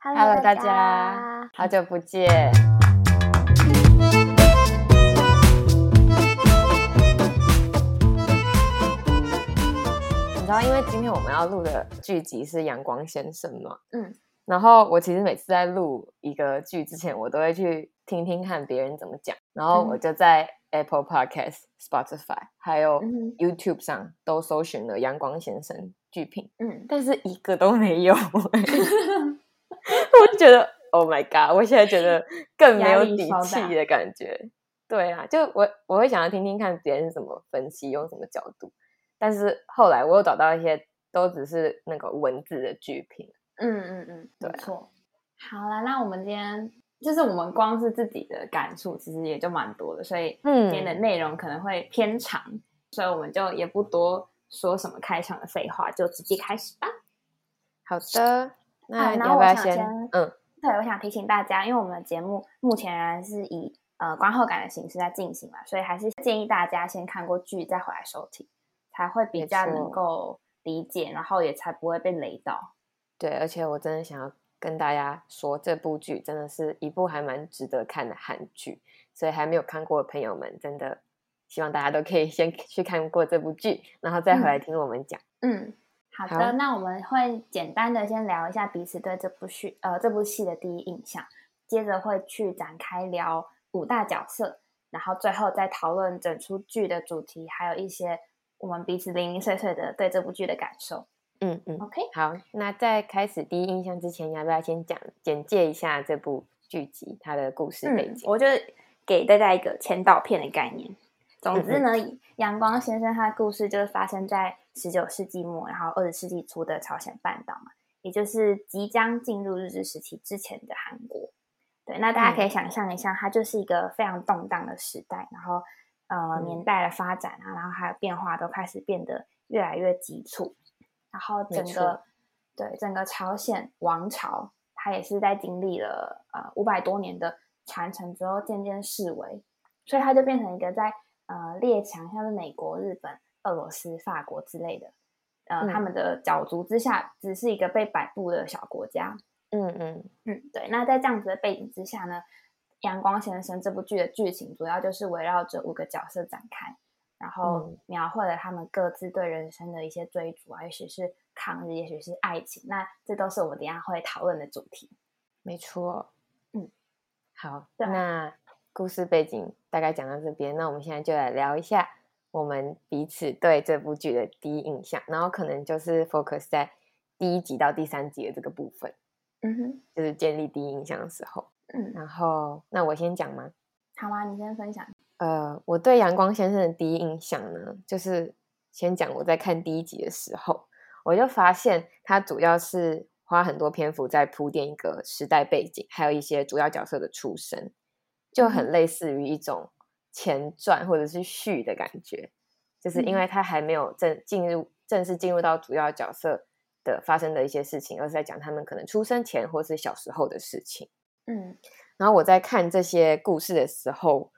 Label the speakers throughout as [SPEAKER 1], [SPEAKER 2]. [SPEAKER 1] Hello，
[SPEAKER 2] 大家，好久不见。你知道，因为今天我们要录的剧集是《阳光先生》嘛，
[SPEAKER 1] 嗯，
[SPEAKER 2] 然后我其实每次在录一个剧之前，我都会去听听看别人怎么讲，然后我
[SPEAKER 1] 嗯
[SPEAKER 2] 就在 Apple Podcast、Spotify 还有
[SPEAKER 1] 嗯哼
[SPEAKER 2] YouTube 上都搜寻了《阳光先生》剧评，
[SPEAKER 1] 嗯，
[SPEAKER 2] 但是一个都没 有、我就觉得 Oh my God！我现在觉得更没有
[SPEAKER 1] 压力
[SPEAKER 2] 底
[SPEAKER 1] 超
[SPEAKER 2] 气
[SPEAKER 1] 大
[SPEAKER 2] 的感觉。对啊，就我我会想要听听看别人是怎么分析，用什么角度。但是后来我又找到一些都只是那个文字的剧评，
[SPEAKER 1] 嗯嗯嗯，
[SPEAKER 2] 对
[SPEAKER 1] 没
[SPEAKER 2] 啊
[SPEAKER 1] 错。好啦，那我们今天就是我们光是自己的感触，其实也就蛮多的，所以
[SPEAKER 2] 嗯
[SPEAKER 1] 今天的内容可能会偏长，所以我们就也不多说什么开场的废话，就直接开始吧。
[SPEAKER 2] 好的，那
[SPEAKER 1] 啊
[SPEAKER 2] 你
[SPEAKER 1] 然后
[SPEAKER 2] 要不
[SPEAKER 1] 我
[SPEAKER 2] 要
[SPEAKER 1] 想
[SPEAKER 2] 先？
[SPEAKER 1] 先
[SPEAKER 2] 嗯，
[SPEAKER 1] 对，我想提醒大家，因为我们的节目目前仍然是以呃观后感的形式在进行嘛，所以还是建议大家先看过剧再回来收听，才会比
[SPEAKER 2] 没
[SPEAKER 1] 较
[SPEAKER 2] 错
[SPEAKER 1] 能够理解，然后也才不会被雷到。
[SPEAKER 2] 对，而且我真的想要跟大家说，这部剧真的是一部还蛮值得看的韩剧，所以还没有看过的朋友们，真的希望大家都可以先 去看过这部剧，然后再回来听我们讲。
[SPEAKER 1] 嗯，好的，
[SPEAKER 2] 好
[SPEAKER 1] 那我们会简单的先聊一下彼此对这部剧呃这部戏的第一印象，接着会去展开聊五大角色，然后最后再讨论整出剧的主题，还有一些我们彼此零零碎碎的对这部剧的感受。
[SPEAKER 2] 嗯嗯，
[SPEAKER 1] OK，
[SPEAKER 2] 好，那在开始第一印象之前，要不要先讲简介一下这部剧集它的故事背
[SPEAKER 1] 嗯
[SPEAKER 2] 景？
[SPEAKER 1] 我就给大家一个前导片的概念。总之
[SPEAKER 2] 嗯
[SPEAKER 1] 呢，阳光先生他的故事就是发生在十九世纪末，然后二十世纪初的朝鲜半岛嘛，也就是即将进入日治时期之前的韩国。对，那大家可
[SPEAKER 2] 嗯
[SPEAKER 1] 以想象一下，它就是一个非常动荡的时代，然后呃
[SPEAKER 2] 嗯
[SPEAKER 1] 年代的发展啊，然后还有变化都开始变得越来越急促，然后
[SPEAKER 2] 没
[SPEAKER 1] 整
[SPEAKER 2] 错
[SPEAKER 1] 个对整个朝鲜王朝，它也是在经历了呃五百多年的传承之后，渐渐式微，所以它就变成一个在呃列强，像是美国、日本、俄罗斯、法国之类的，呃、
[SPEAKER 2] 嗯
[SPEAKER 1] 他们的角逐之下，只是一个被摆布的小国家。
[SPEAKER 2] 嗯嗯
[SPEAKER 1] 嗯，对。那在这样子的背景之下呢，《阳光先生》这部剧的剧情主要就是围绕着五个角色展开，然后
[SPEAKER 2] 嗯
[SPEAKER 1] 描绘了他们各自对人生的一些追逐啊，也许是抗日，也许是爱情。那这都是我们等一下会讨论的主题。
[SPEAKER 2] 没错。
[SPEAKER 1] 嗯，
[SPEAKER 2] 好，
[SPEAKER 1] 对啊
[SPEAKER 2] 那故事背景大概讲到这边，那我们现在就来聊一下我们彼此对这部剧的第一印象，然后可能就是 focus 在第一集到第三集的这个部分，
[SPEAKER 1] 嗯哼，
[SPEAKER 2] 就是建立第一印象的时候。
[SPEAKER 1] 嗯，
[SPEAKER 2] 然后，那我先讲吗？
[SPEAKER 1] 好啊，你先分享。
[SPEAKER 2] 呃，我对阳光先生的第一印象呢，就是先讲我在看第一集的时候，我就发现它主要是花很多篇幅在铺垫一个时代背景，还有一些主要角色的出身，就很
[SPEAKER 1] 嗯
[SPEAKER 2] 类似于一种前传或者是续的感觉，就是因为它还没有正进入正式进入到主要角色的发生的一些事情，而是在讲他们可能出生前或是小时候的事情。
[SPEAKER 1] 嗯
[SPEAKER 2] 然后我在看这些故事的时候，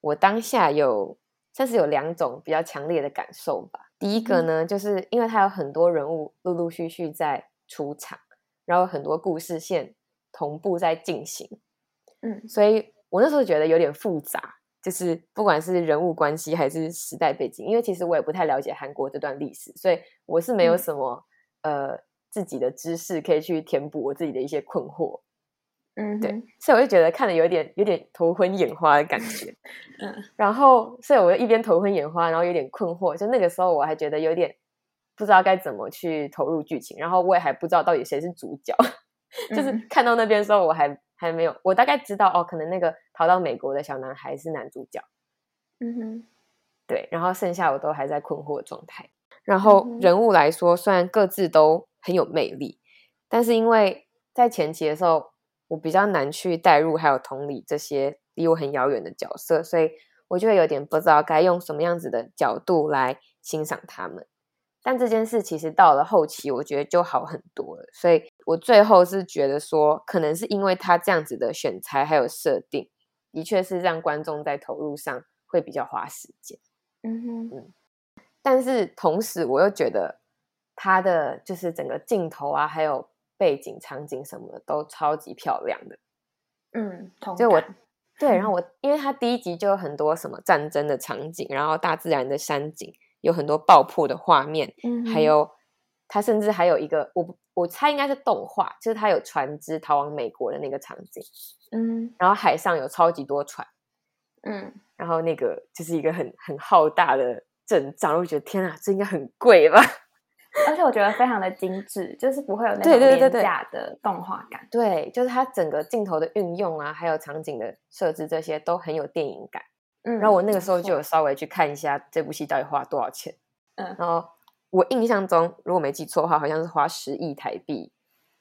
[SPEAKER 2] 我当下有算是有两种比较强烈的感受吧。第一个
[SPEAKER 1] 嗯
[SPEAKER 2] 呢，就是因为它有很多人物陆陆续续在出场，然后很多故事线同步在进行，
[SPEAKER 1] 嗯
[SPEAKER 2] 所以我那时候觉得有点复杂，就是不管是人物关系还是时代背景，因为其实我也不太了解韩国这段历史，所以我是没有
[SPEAKER 1] 嗯
[SPEAKER 2] 什么、呃自己的知识可以去填补我自己的一些困惑。
[SPEAKER 1] 嗯哼，
[SPEAKER 2] 对，所以我就觉得看的有点有点头昏眼花的感觉。
[SPEAKER 1] 嗯
[SPEAKER 2] 然后，所以我就一边头昏眼花，然后有点困惑。就那个时候，我还觉得有点不知道该怎么去投入剧情，然后我也还不知道到底谁是主角。 就是
[SPEAKER 1] 嗯
[SPEAKER 2] 看到那边的时候，我还还没有，我大概知道哦，可能那个逃到美国的小男孩是男主角，
[SPEAKER 1] 嗯哼，
[SPEAKER 2] 对，然后剩下我都还在困惑的状态。然后
[SPEAKER 1] 嗯哼
[SPEAKER 2] 人物来说，虽然各自都很有魅力，但是因为在前期的时候，我比较难去代入还有同理这些离我很遥远的角色，所以我就会有点不知道该用什么样子的角度来欣赏他们。但这件事其实到了后期，我觉得就好很多了。所以我最后是觉得说，可能是因为他这样子的选材还有设定，的确是让观众在投入上会比较花时间。
[SPEAKER 1] 嗯哼，
[SPEAKER 2] 但是同时我又觉得他的就是整个镜头啊，还有背景、场景什么的都超级漂亮的。
[SPEAKER 1] 嗯，同
[SPEAKER 2] 就我
[SPEAKER 1] 感
[SPEAKER 2] 对，然后我因为它第一集就有很多什么战争的场景，然后大自然的山景，有很多爆破的画面，
[SPEAKER 1] 嗯
[SPEAKER 2] 还
[SPEAKER 1] 哼
[SPEAKER 2] 有它甚至还有一个我不我猜应该是动画，就是它有船只逃往美国的那个场景，
[SPEAKER 1] 嗯
[SPEAKER 2] 然后海上有超级多船，
[SPEAKER 1] 嗯，
[SPEAKER 2] 然后那个就是一个很很浩大的阵仗，我就觉得天啊，这应该很贵吧？
[SPEAKER 1] 而且我觉得非常的精致，就是不会有那
[SPEAKER 2] 对
[SPEAKER 1] 种
[SPEAKER 2] 对对
[SPEAKER 1] 廉
[SPEAKER 2] 对
[SPEAKER 1] 价的动画感。
[SPEAKER 2] 对，就是它整个镜头的运用啊，还有场景的设置，这些都很有电影感。
[SPEAKER 1] 嗯，
[SPEAKER 2] 然后我那个时候
[SPEAKER 1] 没
[SPEAKER 2] 就有
[SPEAKER 1] 错
[SPEAKER 2] 稍微去看一下这部戏到底花多少钱。
[SPEAKER 1] 嗯
[SPEAKER 2] 然后我印象中，如果没记错的话，好像是花十亿台币，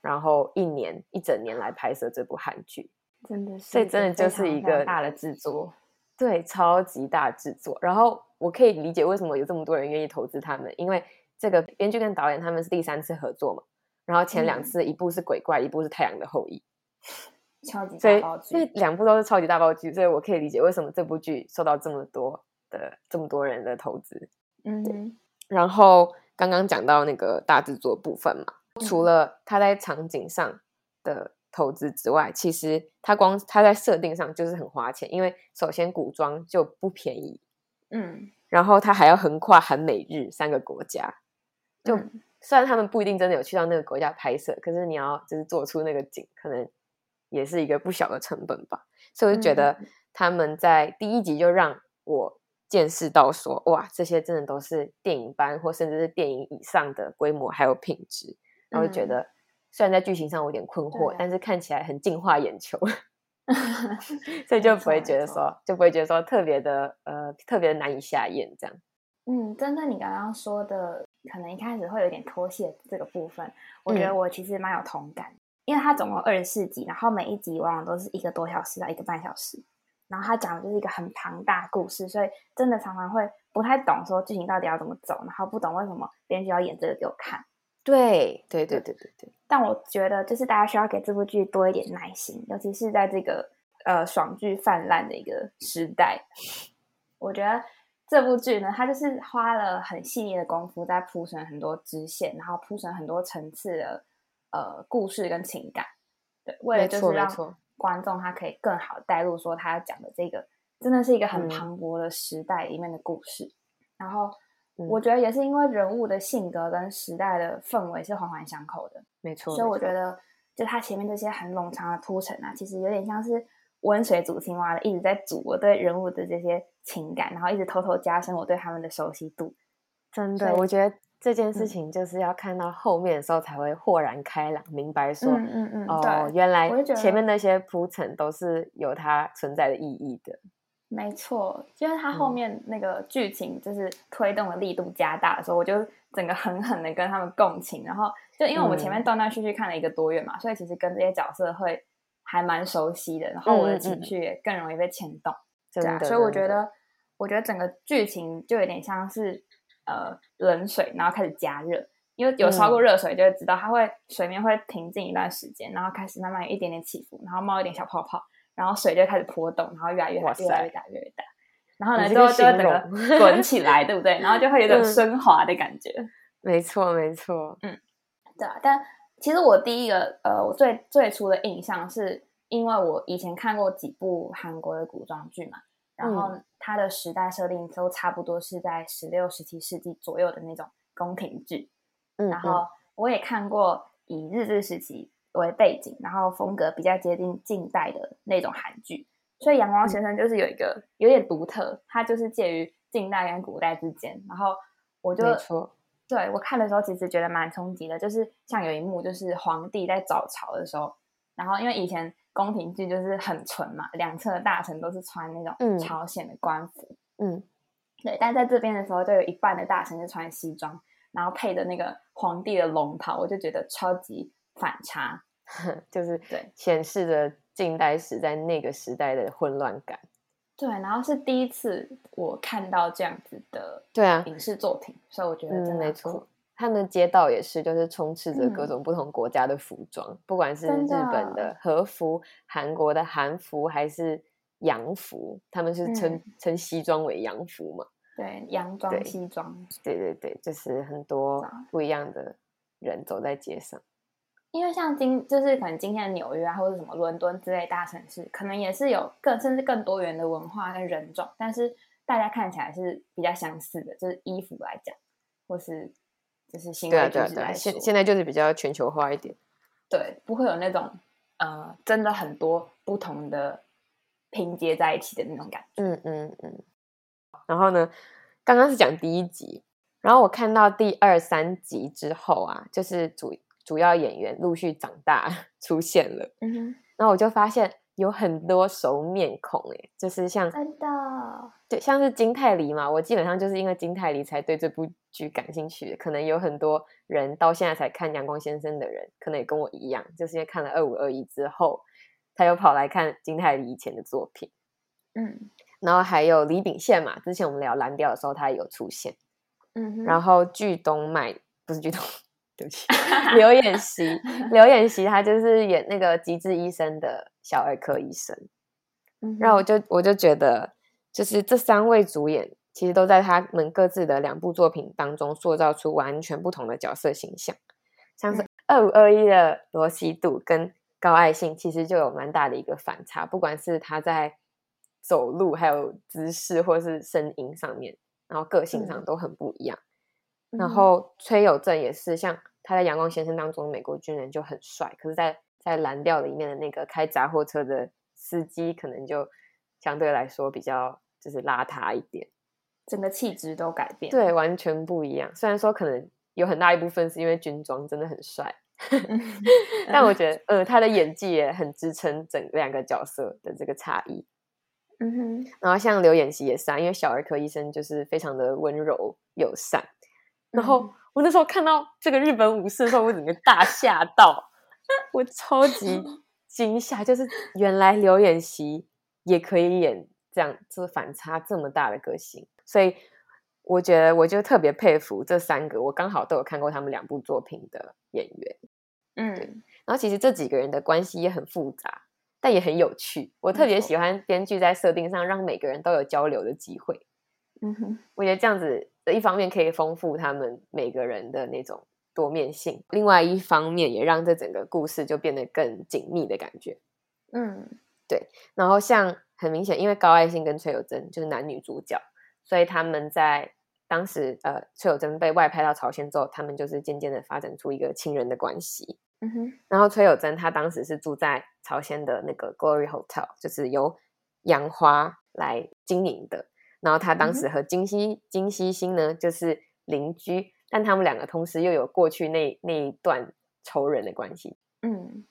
[SPEAKER 2] 然后一年一整年来拍摄这部韩剧。
[SPEAKER 1] 真的是，
[SPEAKER 2] 这真的就是一个
[SPEAKER 1] 大的制作。
[SPEAKER 2] 对，超级大制作。然后我可以理解为什么有这么多人愿意投资他们，因为这个编剧跟导演他们是第三次合作嘛。然后前两
[SPEAKER 1] 嗯
[SPEAKER 2] 次，一部是《鬼怪》，一部是《太阳的后裔》。
[SPEAKER 1] 超级
[SPEAKER 2] 所
[SPEAKER 1] 大
[SPEAKER 2] 以
[SPEAKER 1] 爆
[SPEAKER 2] 因为
[SPEAKER 1] 剧，
[SPEAKER 2] 两部都是超级大爆剧，所以我可以理解为什么这部剧受到这么多的这么多人的投资。
[SPEAKER 1] 嗯哼，
[SPEAKER 2] 然后刚刚讲到那个大制作部分嘛，
[SPEAKER 1] 嗯
[SPEAKER 2] 除了它在场景上的投资之外，其实它光它在设定上就是很花钱，因为首先古装就不便宜，
[SPEAKER 1] 嗯
[SPEAKER 2] 然后它还要横跨韩美日三个国家，就
[SPEAKER 1] 嗯
[SPEAKER 2] 虽然他们不一定真的有去到那个国家拍摄，可是你要就是做出那个景，可能也是一个不小的成本吧。所以我就
[SPEAKER 1] 嗯
[SPEAKER 2] 觉得他们在第一集就让我见识到说，哇，这些真的都是电影班或甚至是电影以上的规模还有品质。然后就觉
[SPEAKER 1] 嗯
[SPEAKER 2] 得，虽然在剧情上我有点困惑，
[SPEAKER 1] 对啊
[SPEAKER 2] 但是看起来很净化眼球。 所以就
[SPEAKER 1] 没
[SPEAKER 2] 不会
[SPEAKER 1] 错
[SPEAKER 2] 觉
[SPEAKER 1] 没
[SPEAKER 2] 得
[SPEAKER 1] 错
[SPEAKER 2] 说，就不会觉得说特别的呃特别的难以下咽这样。
[SPEAKER 1] 嗯，针对你刚刚说的，可能一开始会有点脱屑这个部分，我觉得
[SPEAKER 2] 嗯
[SPEAKER 1] 我其实蛮有同感，因为它总共二十四集，然后每一集往往都是一个多小时到一个半小时，然后它讲的就是一个很庞大的故事，所以真的常常会不太懂说剧情到底要怎么走，然后不懂为什么编剧要演这个给我看。
[SPEAKER 2] 对对对对对对，
[SPEAKER 1] 但我觉得就是大家需要给这部剧多一点耐心，尤其是在这个呃爽剧泛滥的一个时代。我觉得这部剧呢，它就是花了很细腻的功夫在铺成很多支线，然后铺成很多层次的呃故事跟情感。对，为了
[SPEAKER 2] 没
[SPEAKER 1] 就
[SPEAKER 2] 错
[SPEAKER 1] 是
[SPEAKER 2] 没
[SPEAKER 1] 让
[SPEAKER 2] 错
[SPEAKER 1] 观众他可以更好地带入说他讲的这个真的是一个很
[SPEAKER 2] 嗯
[SPEAKER 1] 磅礴的时代里面的故事。然后
[SPEAKER 2] 嗯
[SPEAKER 1] 我觉得也是因为人物的性格跟时代的氛围是环环相扣的。
[SPEAKER 2] 没错。
[SPEAKER 1] 所以
[SPEAKER 2] 没
[SPEAKER 1] 我
[SPEAKER 2] 错
[SPEAKER 1] 觉得，就它前面这些很冗长的铺陈啊，其实有点像是温水煮青蛙的，一直在煮我对人物的这些情感，然后一直偷偷加深我对他们的熟悉度。
[SPEAKER 2] 真
[SPEAKER 1] 所
[SPEAKER 2] 的，
[SPEAKER 1] 以
[SPEAKER 2] 我觉得这件事
[SPEAKER 1] 嗯
[SPEAKER 2] 情就是要看到后面的时候才会豁然开朗，明白说，
[SPEAKER 1] 嗯嗯
[SPEAKER 2] 哦，
[SPEAKER 1] 对，
[SPEAKER 2] 原来
[SPEAKER 1] 我就觉
[SPEAKER 2] 前
[SPEAKER 1] 得
[SPEAKER 2] 面那些铺陈都是有它存在的意义的。
[SPEAKER 1] 没错，就是它后
[SPEAKER 2] 嗯
[SPEAKER 1] 面那个剧情就是推动的力度加大的时候，我就整个狠狠的跟他们共情。然后就因为我们前面断断续续看了一个多月嘛，所以其实跟这些角色会还蛮熟悉的，然后我
[SPEAKER 2] 嗯
[SPEAKER 1] 的
[SPEAKER 2] 嗯
[SPEAKER 1] 情
[SPEAKER 2] 嗯
[SPEAKER 1] 绪也更容易被牵动。
[SPEAKER 2] 真
[SPEAKER 1] 对
[SPEAKER 2] 的，
[SPEAKER 1] 啊，所以我
[SPEAKER 2] 真
[SPEAKER 1] 觉
[SPEAKER 2] 的
[SPEAKER 1] 得，我觉得整个剧情就有点像是呃冷水，然后开始加热，因为有
[SPEAKER 2] 嗯
[SPEAKER 1] 烧过热水就会知道，它会水面会平静一段时间，然后开始慢慢有一点点起伏，然后冒一点小泡泡，然后水就开始波动，然后越来越
[SPEAKER 2] 哇
[SPEAKER 1] 大，越来
[SPEAKER 2] 塞
[SPEAKER 1] 越大，越来越大，然后呢
[SPEAKER 2] 你这
[SPEAKER 1] 就
[SPEAKER 2] 个
[SPEAKER 1] 会就会
[SPEAKER 2] 形
[SPEAKER 1] 整个
[SPEAKER 2] 容
[SPEAKER 1] 滚起来，对不对？然后就会有种
[SPEAKER 2] 嗯
[SPEAKER 1] 升华的感觉。
[SPEAKER 2] 没错，没错。
[SPEAKER 1] 对啊，但其实我第一个呃，我最最初的印象是因为我以前看过几部韩国的古装剧嘛，然后
[SPEAKER 2] 嗯
[SPEAKER 1] 它的时代设定都差不多是在十六、十七世纪左右的那种宫廷剧，
[SPEAKER 2] 嗯，
[SPEAKER 1] 然
[SPEAKER 2] 嗯
[SPEAKER 1] 后我也看过以日治时期为背景，然后风格比较接近近代的那种韩剧，所以《阳
[SPEAKER 2] 嗯
[SPEAKER 1] 光先生》就是有一个有点独特，它就是介于近代跟古代之间，然后我就
[SPEAKER 2] 没错，
[SPEAKER 1] 对我看的时候，其实觉得蛮冲击的，就是像有一幕，就是皇帝在早朝的时候，然后因为以前宫廷剧就是很纯嘛，两侧的大臣都是穿那种
[SPEAKER 2] 嗯
[SPEAKER 1] 朝鲜的官服，
[SPEAKER 2] 嗯，
[SPEAKER 1] 对，但在这边的时候，就有一半的大臣是穿西装，然后配着那个皇帝的龙袍，我就觉得超级反差，
[SPEAKER 2] 嗯就是
[SPEAKER 1] 对
[SPEAKER 2] 显示着近代时代那个时代的混乱感。
[SPEAKER 1] 对，然后是第一次我看到这样子的
[SPEAKER 2] 对啊，
[SPEAKER 1] 影视作品，所以我觉得
[SPEAKER 2] 嗯，
[SPEAKER 1] 真的
[SPEAKER 2] 没
[SPEAKER 1] 很
[SPEAKER 2] 错
[SPEAKER 1] 酷，，
[SPEAKER 2] 他们的街道也是，就是充斥着各
[SPEAKER 1] 嗯
[SPEAKER 2] 种不同国家的服装，不管是
[SPEAKER 1] 真
[SPEAKER 2] 日
[SPEAKER 1] 的啊
[SPEAKER 2] 本的和服、韩国的韩服还是洋服，他们是称、
[SPEAKER 1] 嗯
[SPEAKER 2] 称西装为洋服嘛？
[SPEAKER 1] 对，洋装、
[SPEAKER 2] 对
[SPEAKER 1] 西装，
[SPEAKER 2] 对对对，就是很多
[SPEAKER 1] 啊
[SPEAKER 2] 不一样的人走在街上。
[SPEAKER 1] 因为像今就是可能今天的纽约啊，或者什么伦敦之类大城市，可能也是有更甚至更多元的文化跟人种，但是大家看起来是比较相似的，就是衣服来讲，或是就是行
[SPEAKER 2] 对啊，
[SPEAKER 1] 为举
[SPEAKER 2] 对啊，
[SPEAKER 1] 止
[SPEAKER 2] 对啊，
[SPEAKER 1] 来说，
[SPEAKER 2] 现现在就是比较全球化一点。
[SPEAKER 1] 对不会有那种呃真的很多不同的拼接在一起的那种感觉。
[SPEAKER 2] 嗯嗯嗯。然后呢，刚刚是讲第一集，然后我看到第二三集之后啊，就是主主要演员陆续长大 出现了，
[SPEAKER 1] 嗯哼，
[SPEAKER 2] 然后我就发现有很多熟面孔、欸，诶，就是像
[SPEAKER 1] 真的，
[SPEAKER 2] 对，像是金泰梨嘛，我基本上就是因为金泰梨才对这部剧感兴趣的。可能有很多人到现在才看《阳光先生》的人，可能也跟我一样，就是因为看了《二五二一》之后，他又跑来看金泰梨以前的作品。
[SPEAKER 1] 嗯
[SPEAKER 2] 然后还有李秉宪嘛，之前我们聊蓝调的时候，他也有出现。
[SPEAKER 1] 嗯哼，
[SPEAKER 2] 然后剧东麦不是剧东， 对不起，刘演熙，刘演熙他就是演那个《极致医生》的小儿科医生。
[SPEAKER 1] 嗯哼
[SPEAKER 2] 然后我就我就觉得，就是这三位主演其实都在他们各自的两部作品当中塑造出完全不同的角色形象，像是二五二一的罗西度跟高爱信，其实就有蛮大的一个反差，不管是他在走路、还有姿势或是声音上面，然后个性上
[SPEAKER 1] 嗯
[SPEAKER 2] 都很不一样。
[SPEAKER 1] 嗯
[SPEAKER 2] 然
[SPEAKER 1] 哼
[SPEAKER 2] 后崔有正也是，像他在《阳光先生》当中，美国军人就很帅，可是在，在蓝调里面的那个开杂货车的司机，可能就相对来说比较就是邋遢一点，
[SPEAKER 1] 整个气质都改变，
[SPEAKER 2] 对，完全不一样。虽然说可能有很大一部分是因为军装真的很帅，
[SPEAKER 1] 嗯，
[SPEAKER 2] 但我觉得，呃，他的演技也很支撑整两个角色的这个差异。
[SPEAKER 1] 嗯哼，
[SPEAKER 2] 然后像刘演熙也是啊，因为小儿科医生就是非常的温柔友善。然后
[SPEAKER 1] 嗯
[SPEAKER 2] 我那时候看到这个日本武士的时候，我整个大吓到，我超级惊吓，就是原来刘演熙也可以演这样，这反差这么大的个性，所以我觉得我就特别佩服这三个，我刚好都有看过他们两部作品的演员。
[SPEAKER 1] 嗯
[SPEAKER 2] 然后其实这几个人的关系也很复杂，但也很有趣。我特
[SPEAKER 1] 没
[SPEAKER 2] 别
[SPEAKER 1] 错
[SPEAKER 2] 喜欢编剧在设定上让每个人都有交流的机会。
[SPEAKER 1] 嗯哼。
[SPEAKER 2] 我觉得这样子，一方面可以丰富他们每个人的那种多面性，另外一方面也让这整个故事就变得更紧密的感觉。
[SPEAKER 1] 嗯
[SPEAKER 2] 然后像很明显，因为高爱信跟崔有贞就是男女主角，所以他们在当时呃崔有贞被外派到朝鲜之后，他们就是渐渐的发展出一个亲人的关系。
[SPEAKER 1] 嗯哼，
[SPEAKER 2] 然后崔有贞她当时是住在朝鲜的那个 Glory Hotel，就是由杨花来经营的。然后她当时和金熙金熙星呢就是邻居，但他们两个同时又有过去那那一段仇人的关系。
[SPEAKER 1] 嗯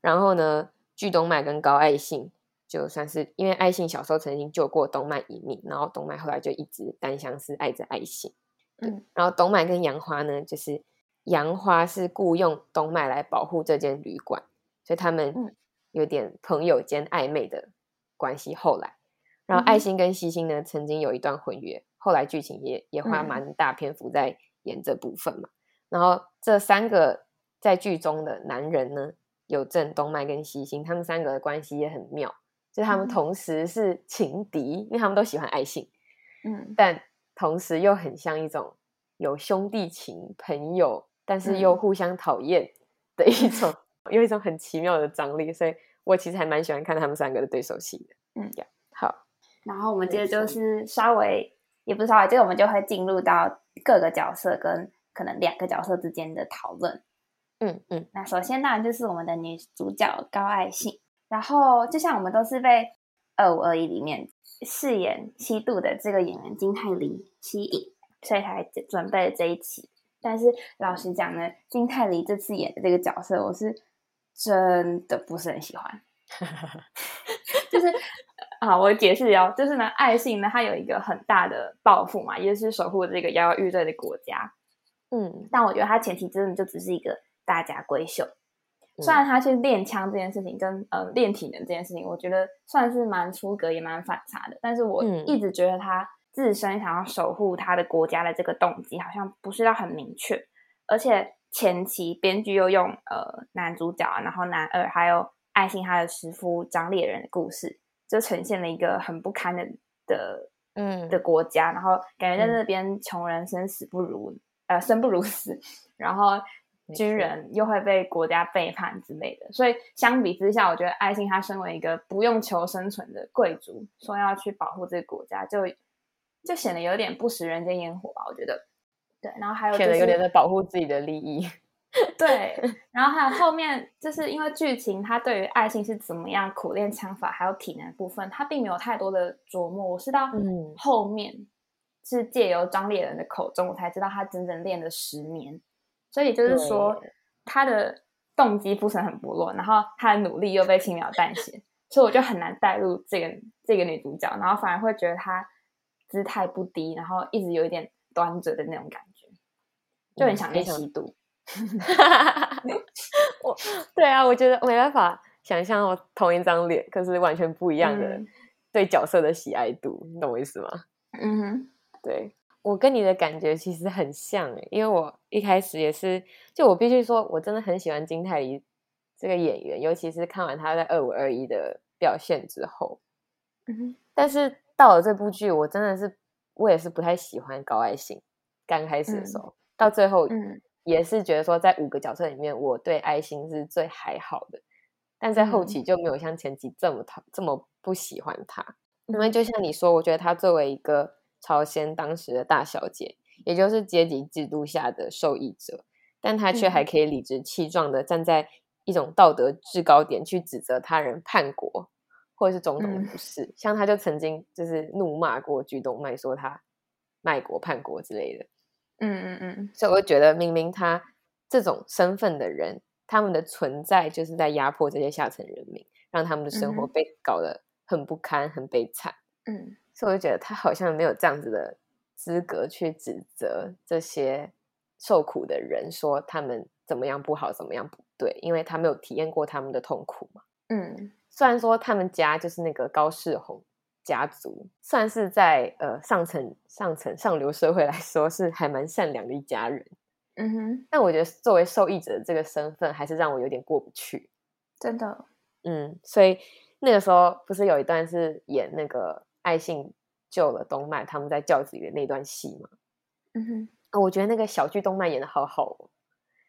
[SPEAKER 2] 然后呢，具东麦跟高爱信就算是因为爱信小时候曾经救过东麦一命，然后东麦后来就一直单相思爱着爱信。
[SPEAKER 1] 嗯
[SPEAKER 2] 然后东麦跟杨花呢，就是杨花是雇佣东麦来保护这间旅馆，所以他们
[SPEAKER 1] 嗯
[SPEAKER 2] 有点朋友间暧昧的关系。后来，然后爱
[SPEAKER 1] 嗯哼
[SPEAKER 2] 心跟西星呢，曾经有一段婚约，后来剧情也也花
[SPEAKER 1] 嗯
[SPEAKER 2] 蛮大篇幅在演这部分嘛。然后这三个在剧中的男人呢，有正东麦跟西星，他们三个的关系也很妙，就是他们
[SPEAKER 1] 嗯
[SPEAKER 2] 同时是情敌，因为他们都喜欢爱信。
[SPEAKER 1] 嗯
[SPEAKER 2] 但同时又很像一种有兄弟情、朋友，但是又
[SPEAKER 1] 嗯
[SPEAKER 2] 互相讨厌的 一种，有一种很奇妙的张力。所以我其实还蛮喜欢看他们三个的对手戏的。
[SPEAKER 1] 嗯
[SPEAKER 2] 呀，好，
[SPEAKER 1] 然后我们
[SPEAKER 2] 没
[SPEAKER 1] 接着就
[SPEAKER 2] 错
[SPEAKER 1] 是稍微，也不是稍微，这个我们就会进入到各个角色跟可能两个角色之间的讨论。
[SPEAKER 2] 嗯嗯，
[SPEAKER 1] 那首先当然就是我们的女主角高爱信，然后就像我们都是被《二五二一》里面饰演西渡的这个演员金泰梨吸引，所以才准备了这一期。但是老实讲呢，金泰梨这次演的这个角色，我是真的不是很喜欢。就是啊，我解释哦，就是呢，爱信呢，它有一个很大的抱负嘛，也是守护这个摇摇欲坠的国家。
[SPEAKER 2] 嗯，
[SPEAKER 1] 但我觉得它前提真的就只是一个大家闺秀。虽然他去练枪这件事情跟呃练体能这件事情，我觉得算是蛮出格也蛮反差的，但是我
[SPEAKER 2] 嗯
[SPEAKER 1] 一直觉得他自身想要守护他的国家的这个动机好像不是到很明确，而且前期编剧又用呃男主角啊，然后男二还有爱信他的师傅张猎人的故事，就呈现了一个很不堪的的
[SPEAKER 2] 嗯
[SPEAKER 1] 的国家，然后感觉在
[SPEAKER 2] 嗯
[SPEAKER 1] 那边穷人生死不如，呃，生不如死，然后军人又会被国家背叛之类的。所以相比之下，我觉得艾辛他身为一个不用求生存的贵族，说要去保护这个国家，就就显得有点不食人间烟火吧。我觉得，对。然后还有就
[SPEAKER 2] 显得
[SPEAKER 1] 是
[SPEAKER 2] 有点在保护自己的利益。
[SPEAKER 1] 对， 然后还有后面就是因为剧情，他对于爱情是怎么样苦练枪法，还有体能部分，他并没有太多的琢磨。我是到
[SPEAKER 2] 嗯
[SPEAKER 1] 后面是借由张烈仁的口中，我才知道他整整练了十年。所以就是说，他的动机不是很薄弱，然后他的努力又被轻描淡写，所以我就很难带入这个这个女主角，然后反而会觉得她姿态不低，然后一直有一点端着的那种感觉，就很
[SPEAKER 2] 嗯
[SPEAKER 1] 想
[SPEAKER 2] 非
[SPEAKER 1] 念
[SPEAKER 2] 常
[SPEAKER 1] 吸毒。
[SPEAKER 2] 我对啊，我觉得没办法想象我同一张脸，可是完全不一样的
[SPEAKER 1] 嗯
[SPEAKER 2] 对角色的喜爱度，你懂我意思吗？
[SPEAKER 1] 嗯哼，
[SPEAKER 2] 对我跟你的感觉其实很像欸诶，因为我一开始也是，就我必须说，我真的很喜欢金泰梨这个演员，尤其是看完他在二五二一的表现之后，
[SPEAKER 1] 嗯哼，
[SPEAKER 2] 但是到了这部剧，我真的是我也是不太喜欢高爱信，刚开始的时候，到最后
[SPEAKER 1] 嗯
[SPEAKER 2] 也是觉得说，在五个角色里面，我对爱心是最还好的，但在后
[SPEAKER 1] 嗯
[SPEAKER 2] 期就没有像前期这么讨这么不喜欢他。因为就
[SPEAKER 1] 嗯
[SPEAKER 2] 像你说，我觉得她作为一个朝鲜当时的大小姐，也就是阶级制度下的受益者，但她却还
[SPEAKER 1] 嗯
[SPEAKER 2] 可以理直气壮的站在一种道德制高点去指责他人叛国或者是种种
[SPEAKER 1] 嗯
[SPEAKER 2] 不是。像她就曾经就是怒骂过具动脉，说他卖国叛国之类的。
[SPEAKER 1] 嗯嗯嗯
[SPEAKER 2] 所以我会觉得，明明他这种身份的人，他们的存在就是在压迫这些下层人民，让他们的生活
[SPEAKER 1] 嗯哼
[SPEAKER 2] 被搞得很不堪、很悲惨。
[SPEAKER 1] 嗯
[SPEAKER 2] 所以我就觉得他好像没有这样子的资格去指责这些受苦的人，说他们怎么样不好，怎么样不对，因为他没有体验过他们的痛苦嘛。
[SPEAKER 1] 嗯
[SPEAKER 2] 虽然说他们家就是那个高世宏家族，算是在呃上层、上层上流社会来说是还蛮善良的一家人，
[SPEAKER 1] 嗯哼，
[SPEAKER 2] 但我觉得作为受益者的这个身份，还是让我有点过不去。
[SPEAKER 1] 真的，
[SPEAKER 2] 嗯，所以那个时候不是有一段是演那个爱信救了东麦，他们在轿子里的那段戏吗？
[SPEAKER 1] 嗯哼，
[SPEAKER 2] 啊我觉得那个小剧动漫演的好好哦，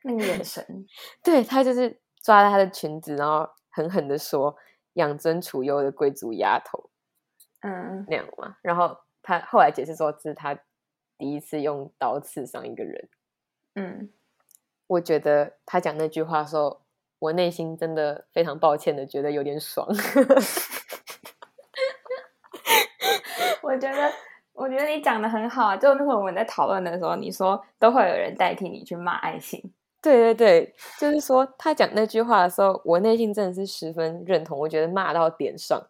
[SPEAKER 1] 那个眼神，
[SPEAKER 2] 对他就是抓着她的裙子，然后狠狠的说“养尊处优的贵族丫头
[SPEAKER 1] 嗯”
[SPEAKER 2] 那样嘛。然后他后来解释说，这是他第一次用刀刺伤一个人。
[SPEAKER 1] 嗯
[SPEAKER 2] 我觉得他讲那句话的时候，我内心真的非常抱歉的觉得有点爽。
[SPEAKER 1] 我觉得，我觉得你讲的很好啊。就那会我们在讨论的时候，你说都会有人代替你去骂爱情，
[SPEAKER 2] 对对对，就是说他讲那句话的时候，我内心真的是十分认同，我觉得骂到点上，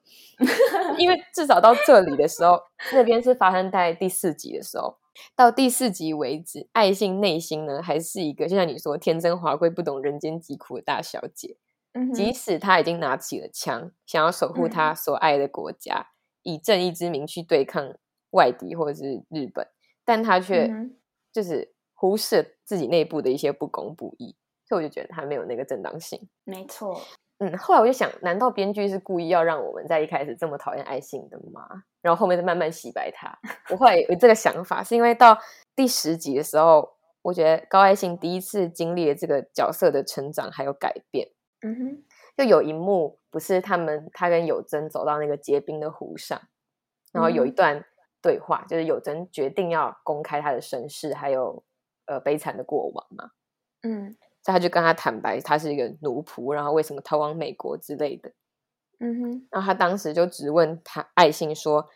[SPEAKER 2] 因为至少到这里的时候，那边是发生在第四集的时候，到第四集为止，爱信内心呢还是一个就像你说天真华贵、不懂人间疾苦的大小姐，
[SPEAKER 1] 嗯哼
[SPEAKER 2] 即使她已经拿起了枪，想要守护她所爱的国家，以正义之名去对抗外敌或者是日本，但她却
[SPEAKER 1] 嗯哼
[SPEAKER 2] 就是忽视自己内部的一些不公不义，所以我就觉得她没有那个正当性。
[SPEAKER 1] 没错，
[SPEAKER 2] 嗯，后来我就想，难道编剧是故意要让我们在一开始这么讨厌爱信的吗？然后后面再慢慢洗白她？我后来有这个想法，是因为到第十集的时候，我觉得高爱信第一次经历了这个角色的成长还有改变。
[SPEAKER 1] 嗯哼，
[SPEAKER 2] 就有一幕不是他们他跟有真走到那个结冰的湖上，然后有一
[SPEAKER 1] 嗯
[SPEAKER 2] 段对话，就是有真决定要公开他的身世，还有呃悲惨的过往嘛，
[SPEAKER 1] 嗯
[SPEAKER 2] 所以他就跟他坦白他是一个奴仆，然后为什么逃往美国之类的。
[SPEAKER 1] 嗯哼，
[SPEAKER 2] 然后他当时就质问他爱信说：“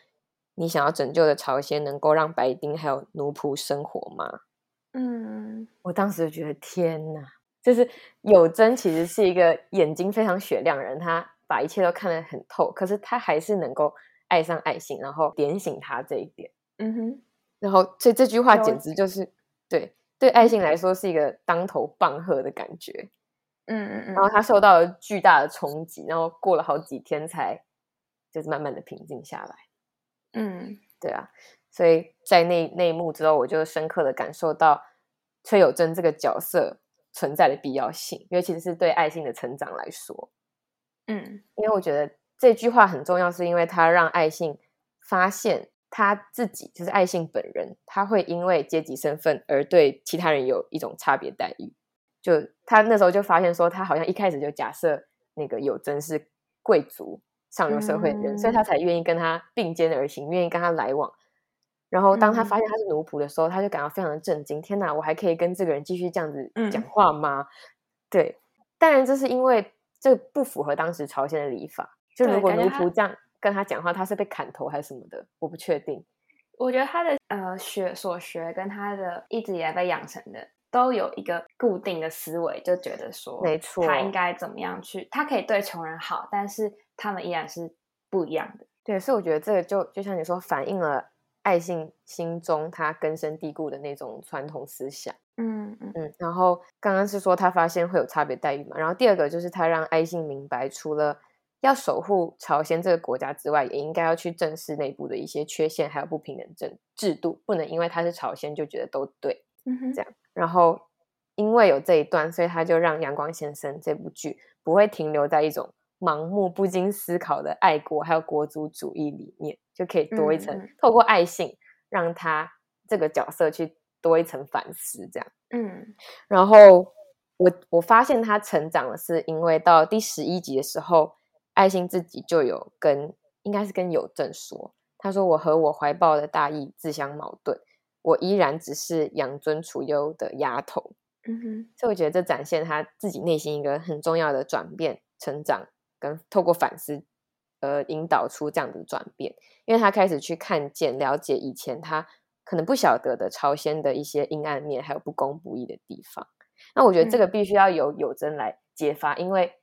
[SPEAKER 2] 你想要拯救的朝鲜能够让白丁还有奴仆生活吗？”
[SPEAKER 1] 嗯
[SPEAKER 2] 我当时就觉得天哪，就是有真其实是一个眼睛非常雪亮的人，他把一切都看得很透，可是他还是能够爱上爱情，然后点醒他这一点。
[SPEAKER 1] 嗯哼，
[SPEAKER 2] 然后，所以这句话
[SPEAKER 1] 了
[SPEAKER 2] 简直就是对对爱情来说是一个当头棒喝的感觉。
[SPEAKER 1] 嗯嗯嗯，
[SPEAKER 2] 然后他受到了巨大的冲击，然后过了好几天才就是慢慢的平静下来。
[SPEAKER 1] 嗯
[SPEAKER 2] 对啊，所以在那那一幕之后，我就深刻的感受到崔有贞这个角色存在的必要性，尤其是对爱信的成长来说，
[SPEAKER 1] 嗯
[SPEAKER 2] 因为我觉得这句话很重要，是因为它让爱信发现他自己就是爱信本人，他会因为阶级身份而对其他人有一种差别待遇。就他那时候就发现说，他好像一开始就假设那个有真是贵族上流社会的人，所以他才愿意跟他并肩而行，愿意跟他来往。然后当他发现他是奴仆的时候，他就感到非常的震惊。天哪，我还可以跟这个人继续这样子讲话吗？对，当然这是因为这不符合当时朝鲜的礼法。就
[SPEAKER 1] 对
[SPEAKER 2] 如果
[SPEAKER 1] 感
[SPEAKER 2] 奴
[SPEAKER 1] 觉他
[SPEAKER 2] 仆这样跟他讲话，他是被砍头还是什么的，我不确定。
[SPEAKER 1] 我觉得他的呃学所学跟他的一直以来被养成的，都有一个固定的思维，就觉得说，
[SPEAKER 2] 没错
[SPEAKER 1] 他应该怎么样去，他可以对穷人好，但是他们依然是不一样的。
[SPEAKER 2] 对，所以我觉得这个就就像你说，反映了爱信心中他根深蒂固的那种传统思想。
[SPEAKER 1] 嗯嗯
[SPEAKER 2] 嗯，然后刚刚是说他发现会有差别待遇嘛，然后第二个就是他让爱信明白，除了要守护朝鲜这个国家之外，也应该要去正视内部的一些缺陷，还有不平等政制度，不能因为他是朝鲜就觉得都对。
[SPEAKER 1] 嗯哼
[SPEAKER 2] 这样然后因为有这一段，所以他就让《阳光先生》这部剧不会停留在一种盲目不经思考的爱国还有国族主义里面，就可以多一层、
[SPEAKER 1] 嗯嗯
[SPEAKER 2] 透过爱信让他这个角色去多一层反思，这样。
[SPEAKER 1] 嗯
[SPEAKER 2] 然后我我发现他成长了，是因为到第十一集的时候，爱心自己就有跟应该是跟有正说，他说我和我怀抱的大义自相矛盾，我依然只是养尊处优的丫头。
[SPEAKER 1] 嗯哼
[SPEAKER 2] 所以我觉得这展现他自己内心一个很重要的转变、成长，跟透过反思，呃，引导出这样的转变。因为他开始去看见、了解以前他可能不晓得的朝鲜的一些阴暗面，还有不公不义的地方。那我觉得这个必须要由有真来揭发，因为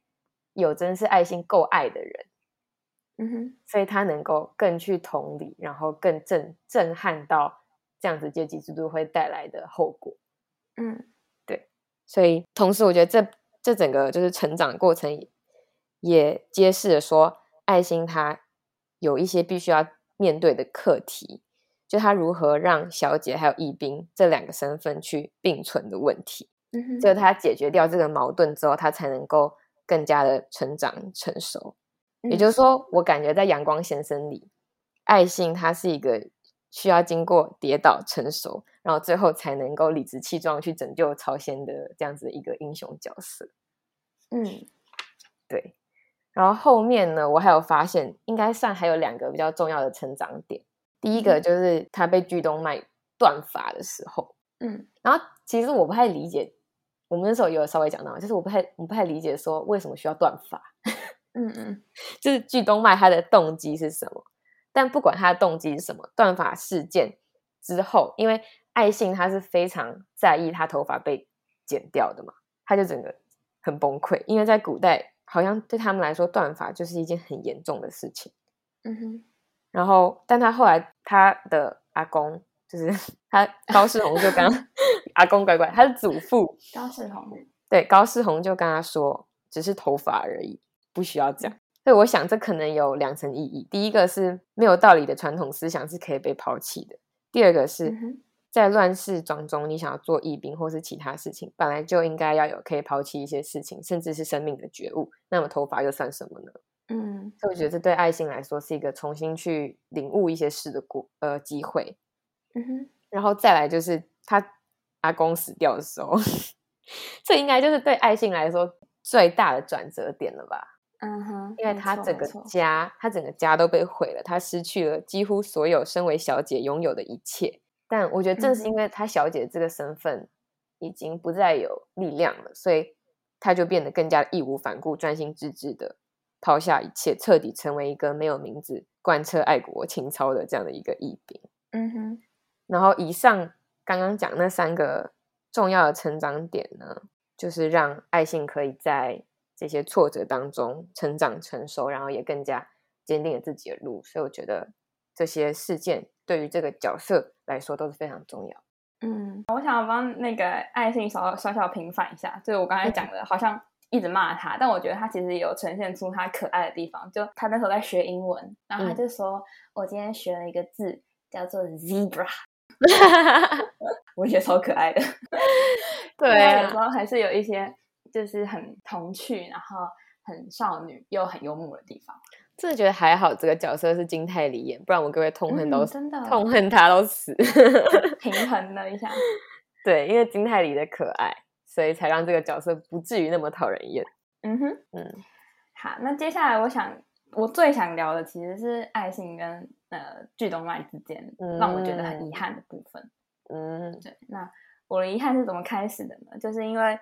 [SPEAKER 2] 有真是爱心够爱的人，
[SPEAKER 1] 嗯哼，
[SPEAKER 2] 所以他能够更去同理，然后更震震撼到这样子阶级制度会带来的后果。
[SPEAKER 1] 嗯
[SPEAKER 2] 所以同时，我觉得这这整个就是成长过程也也揭示了说，爱心他有一些必须要面对的课题，就他如何让小姐还有义兵这两个身份去并存的问题。
[SPEAKER 1] 嗯哼，
[SPEAKER 2] 只有他解决掉这个矛盾之后，他才能够更加的成长成熟。
[SPEAKER 1] 嗯
[SPEAKER 2] 也就是说，我感觉在《阳光先生》里，爱信他是一个需要经过跌倒、成熟，然后最后才能够理直气壮去拯救朝鲜的这样子一个英雄角色。
[SPEAKER 1] 嗯
[SPEAKER 2] 对，然后后面呢，我还有发现，应该算还有两个比较重要的成长点。第一个
[SPEAKER 1] 嗯
[SPEAKER 2] 就是他被巨动脉断发的时候，
[SPEAKER 1] 嗯
[SPEAKER 2] 然后其实我不太理解，我们那时候也有稍微讲到，就是我不太我不太理解说为什么需要断发。
[SPEAKER 1] 嗯嗯
[SPEAKER 2] 就是巨动脉它的动机是什么。但不管它的动机是什么，断发事件之后，因为爱信他是非常在意他头发被剪掉的嘛，他就整个很崩溃，因为在古代好像对他们来说断发就是一件很严重的事情。
[SPEAKER 1] 嗯哼，
[SPEAKER 2] 然后，但他后来他的阿公就是 他高世宏就跟他 阿公乖乖，他的祖父
[SPEAKER 1] 高世宏，
[SPEAKER 2] 对，高世宏就跟他说，只是头发而已，不需要
[SPEAKER 1] 嗯
[SPEAKER 2] 这样。所以我想，这可能有两层意义：第一个是没有道理的传统思想是可以被抛弃的；第二个是、
[SPEAKER 1] 嗯哼
[SPEAKER 2] 在乱世当中，你想要做义兵或是其他事情，本来就应该要有可以抛弃一些事情，甚至是生命的觉悟。那么头发又算什么呢？
[SPEAKER 1] 嗯
[SPEAKER 2] 所以我觉得这对爱心来说是一个重新去领悟一些事的过呃机会。
[SPEAKER 1] 嗯哼，
[SPEAKER 2] 然后再来就是他阿公死掉的时候， 这应该就是对爱信来说最大的转折点了吧？
[SPEAKER 1] 嗯哼，
[SPEAKER 2] 因为
[SPEAKER 1] 没
[SPEAKER 2] 他
[SPEAKER 1] 错
[SPEAKER 2] 整
[SPEAKER 1] 没
[SPEAKER 2] 个
[SPEAKER 1] 错
[SPEAKER 2] 家，他整个家都被毁了，他失去了几乎所有身为小姐拥有的一切。但我觉
[SPEAKER 1] 嗯
[SPEAKER 2] 得正是因为他小姐这个身份已经不再有力量了，所以他就变得更加义无反顾、专心致志的抛下一切，彻底成为一个没有名字、贯彻爱国情操的这样的一个义兵。
[SPEAKER 1] 嗯哼，
[SPEAKER 2] 然后以上刚刚讲那三个重要的成长点呢，就是让爱信可以在这些挫折当中成长成熟，然后也更加坚定了自己的路。所以我觉得这些事件对于这个角色来说都是非常重要。
[SPEAKER 1] 嗯，我想帮那个爱信小小小平反一下，就是我刚才
[SPEAKER 2] 嗯
[SPEAKER 1] 讲的，好像一直骂他，但我觉得他其实也有呈现出他可爱的地方。就他那时候在学英文，然后他
[SPEAKER 2] 嗯
[SPEAKER 1] 就说：“我今天学了一个字，叫做 zebra。”我觉得超可爱的。因为有时
[SPEAKER 2] 对，啊
[SPEAKER 1] 候还是有一些就是很童趣，然后很少女又很幽默的地方。
[SPEAKER 2] 真的觉得还好这个角色是金泰梨演，不然我各位痛恨都
[SPEAKER 1] 嗯
[SPEAKER 2] 死、
[SPEAKER 1] 真的
[SPEAKER 2] 痛恨他都死。
[SPEAKER 1] 平衡了一下，
[SPEAKER 2] 对，因为金泰梨的可爱所以才让这个角色不至于那么讨人厌。
[SPEAKER 1] 嗯哼，
[SPEAKER 2] 嗯，
[SPEAKER 1] 好，那接下来我想我最想聊的其实是爱信跟呃剧动漫之间
[SPEAKER 2] 嗯
[SPEAKER 1] 让我觉得很遗憾的部分。
[SPEAKER 2] 嗯
[SPEAKER 1] 对，那我的遗憾是怎么开始的呢？就是因为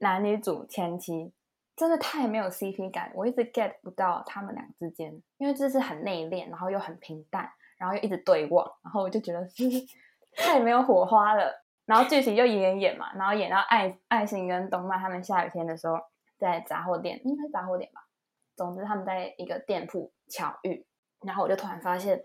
[SPEAKER 1] 男女主前期真的太没有 CP 感，我一直 get 不到他们俩之间，因为这是很内敛，然后又很平淡，然后又一直对望，然后我就觉得 太没有火花了。然后剧情就演演演嘛，然后演到爱爱信跟东曼他们下雨天的时候，在杂货店，应该是杂货店吧，总之他们在一个店铺巧遇，然后我就突然发现，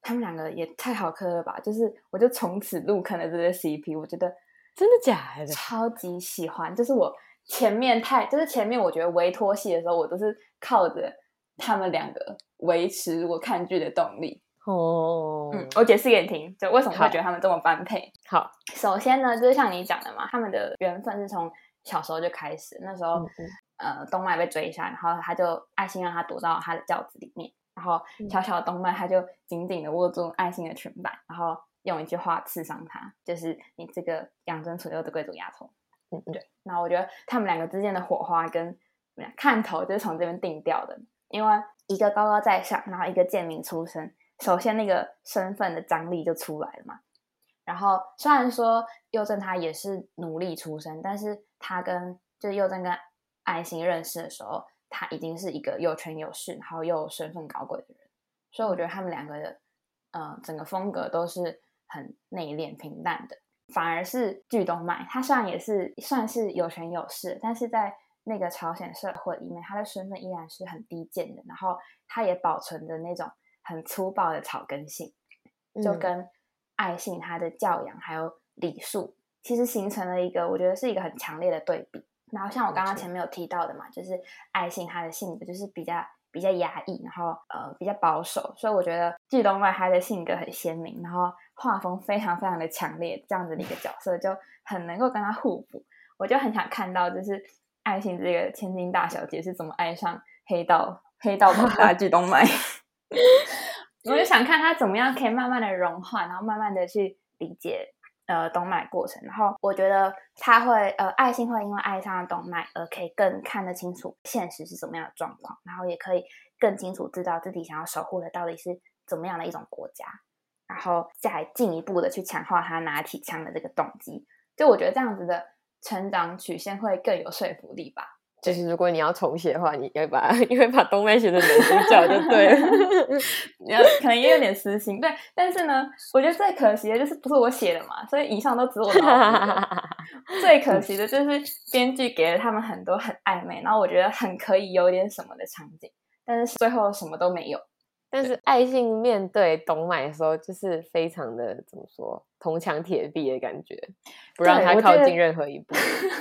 [SPEAKER 1] 他们两个也太好磕了吧！就是我就从此入坑了这对 CP，我觉得
[SPEAKER 2] 真的假的？
[SPEAKER 1] 超级喜欢。就是我前面太，就是前面我觉得维托戏的时候，我都是靠着他们两个维持我看剧的动力。
[SPEAKER 2] 哦，
[SPEAKER 1] 嗯，我解释给你听，就为什么会
[SPEAKER 2] 好
[SPEAKER 1] 觉得他们这么般配。
[SPEAKER 2] 好，
[SPEAKER 1] 首先呢，就是像你讲的嘛，他们的缘分是从小时候就开始，那时候、
[SPEAKER 2] 嗯嗯
[SPEAKER 1] 呃东麦被追杀，然后他就爱心让他躲到他的轿子里面，然后
[SPEAKER 2] 嗯
[SPEAKER 1] 小小的东麦他就紧紧的握住爱心的裙摆，然后用一句话刺伤他，就是你这个养尊处优的贵族丫头。
[SPEAKER 2] 嗯嗯，对，
[SPEAKER 1] 那我觉得他们两个之间的火花跟看头就是从这边定调的，因为一个高高在上，然后一个贱民出身，首先那个身份的张力就出来了嘛。然后虽然说佑正他也是奴隶出身，但是他跟就是佑正跟爱心认识的时候，他已经是一个有权有势，然后又有身份高贵的人，所以我觉得他们两个的呃整个风格都是很内敛平淡的。反而是剧东麦，他虽然也是算是有权有势，但是在那个朝鲜社会里面，他的身份依然是很低贱的，然后他也保存着那种很粗暴的草根性，就
[SPEAKER 2] 嗯
[SPEAKER 1] 跟爱信他的教养还有礼数，其实形成了一个我觉得是一个很强烈的对比。然后像我
[SPEAKER 2] 没
[SPEAKER 1] 刚刚
[SPEAKER 2] 错
[SPEAKER 1] 前面有提到的嘛，就是爱信他的性格就是比较比较压抑，然后呃比较保守，所以我觉得剧东外他的性格很鲜明，然后画风非常非常的强烈，这样子的一个角色就很能够跟他互补。我就很想看到，就是爱信这个千金大小姐是怎么爱上黑道黑 道老大巨东麦。我就想看她怎么样可以慢慢的融化，然后慢慢的去理解呃东麦过程。然后我觉得她会呃爱信会因为爱上了东麦而可以更看得清楚现实是什么样的状况，然后也可以更清楚知道自己想要守护的到底是怎么样的一种国家。然后再进一步的去强化他拿起枪的这个动机。就我觉得这样子的成长曲线会更有说服力吧。
[SPEAKER 2] 就是如果你要重写的话，你要把 因为把东麦写成男主角就 对了。
[SPEAKER 1] 然后可能也有点私心，对。但是呢，我觉得最可惜的就是不是我写的嘛，所以以上都只是 我脑补的 最可惜的就是编剧给了他们很多很暧昧，然后我觉得很可以有点什么的场景，但是最后什么都没有。
[SPEAKER 2] 但是爱信面对东麦的时候，就是非常的怎么说，铜墙铁壁的感觉，不让
[SPEAKER 1] 对
[SPEAKER 2] 他
[SPEAKER 1] 我
[SPEAKER 2] 靠
[SPEAKER 1] 觉得
[SPEAKER 2] 近任何一步。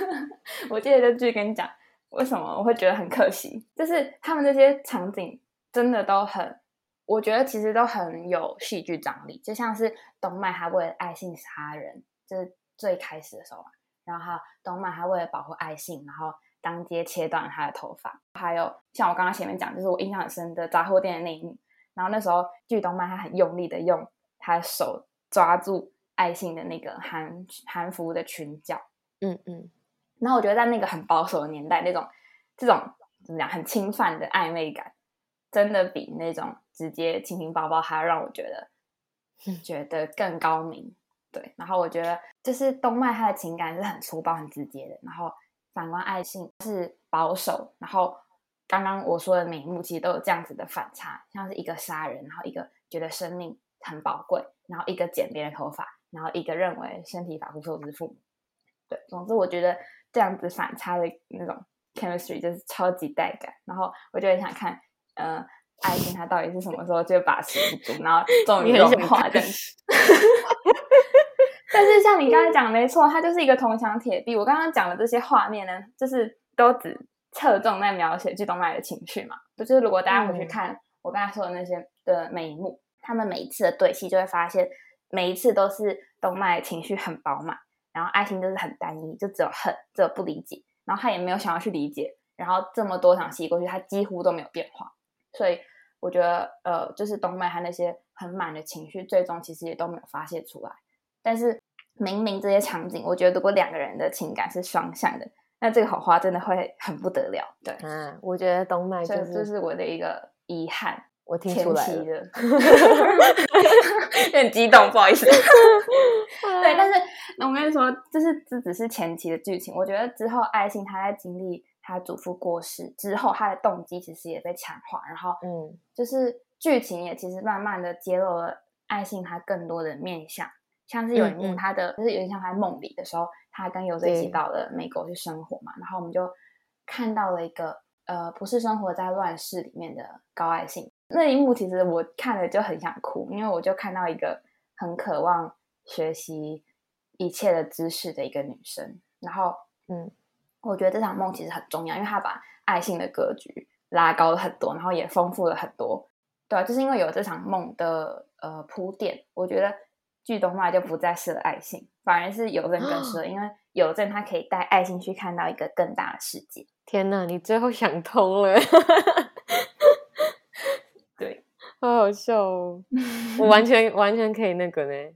[SPEAKER 1] 我记得这句跟你讲，为什么我会觉得很可惜，就是他们这些场景真的都很，我觉得其实都很有戏剧张力，就像是东麦他为了爱信杀人，就是最开始的时候啊，然后还有东麦他为了保护爱信，然后当街切断了他的头发，还有像我刚刚前面讲，就是我印象很深的杂货店的那一幕，然后那时候剧东曼他很用力的用他的手抓住爱信的那个韩韩服的裙角。
[SPEAKER 2] 嗯嗯，
[SPEAKER 1] 然后我觉得在那个很保守的年代，那种这种怎么讲很侵犯的暧昧感，真的比那种直接亲亲抱抱还要让我觉得觉得更高明。对，然后我觉得就是东麦他的情感是很粗暴、很直接的，然后反观爱信是保守，然后刚刚我说的每一幕其实都有这样子的反差，像是一个杀人，然后一个觉得生命很宝贵，然后一个剪别人头发，然后一个认为身体发肤受之父母。对，总之我觉得这样子反差的那种 chemistry 就是超级带感，然后我就很想看，呃，爱情它到底是什么时候就把持不住，然后终于
[SPEAKER 2] 你
[SPEAKER 1] 融
[SPEAKER 2] 很想
[SPEAKER 1] 化
[SPEAKER 2] 看
[SPEAKER 1] 这样子。但是像你刚才讲，没错，它就是一个铜墙铁壁。我刚刚讲的这些画面呢，就是都只侧重在描写剧动脉的情绪嘛。就是如果大家回去
[SPEAKER 2] 嗯
[SPEAKER 1] 看我刚才说的那些的每一幕，他们每一次的对戏，就会发现每一次都是动脉情绪很饱满，然后爱情就是很单一，就只有恨，只有不理解，然后他也没有想要去理解。然后这么多场戏过去，他几乎都没有变化。所以我觉得，呃，就是东麦他那些很满的情绪，最终其实也都没有发泄出来。但是明明这些场景，我觉得如果两个人的情感是双向的，那这个火花真的会很不得了。对，
[SPEAKER 2] 啊，我觉得动漫
[SPEAKER 1] 所
[SPEAKER 2] 就
[SPEAKER 1] 以
[SPEAKER 2] 是
[SPEAKER 1] 这是我的一个遗憾。
[SPEAKER 2] 我听
[SPEAKER 1] 前
[SPEAKER 2] 出来
[SPEAKER 1] 期
[SPEAKER 2] 了，
[SPEAKER 1] 的， 有点激动，不好意思。 对，但是我跟你说，这是这只是前期的剧情。我觉得之后爱信他在经历他祖父过世之后，他的动机其实也被强化，然后
[SPEAKER 2] 嗯
[SPEAKER 1] 就是剧情也其实慢慢的揭露了爱信他更多的面相，像是有一
[SPEAKER 2] 嗯
[SPEAKER 1] 幕
[SPEAKER 2] 嗯
[SPEAKER 1] 他的、就是有点像他在梦里的时候，他跟游子一起
[SPEAKER 2] 对
[SPEAKER 1] 到了美国去生活嘛，然后我们就看到了一个呃不是生活在乱世里面的高爱信那一幕，其实我看了就很想哭，因为我就看到一个很渴望学习一切的知识的一个女生，然后
[SPEAKER 2] 嗯，
[SPEAKER 1] 我觉得这场梦其实很重要，因为它把爱情的格局拉高了很多，然后也丰富了很多。对、啊，就是因为有这场梦的呃铺垫，我觉得剧动漫就不再适合爱情，反而是有正更 适合，因为有正他可以带爱情去看到一个更大的世界。
[SPEAKER 2] 天哪，你最后想通了，
[SPEAKER 1] 对，
[SPEAKER 2] 好好笑 哦！我完全完全可以那个呢，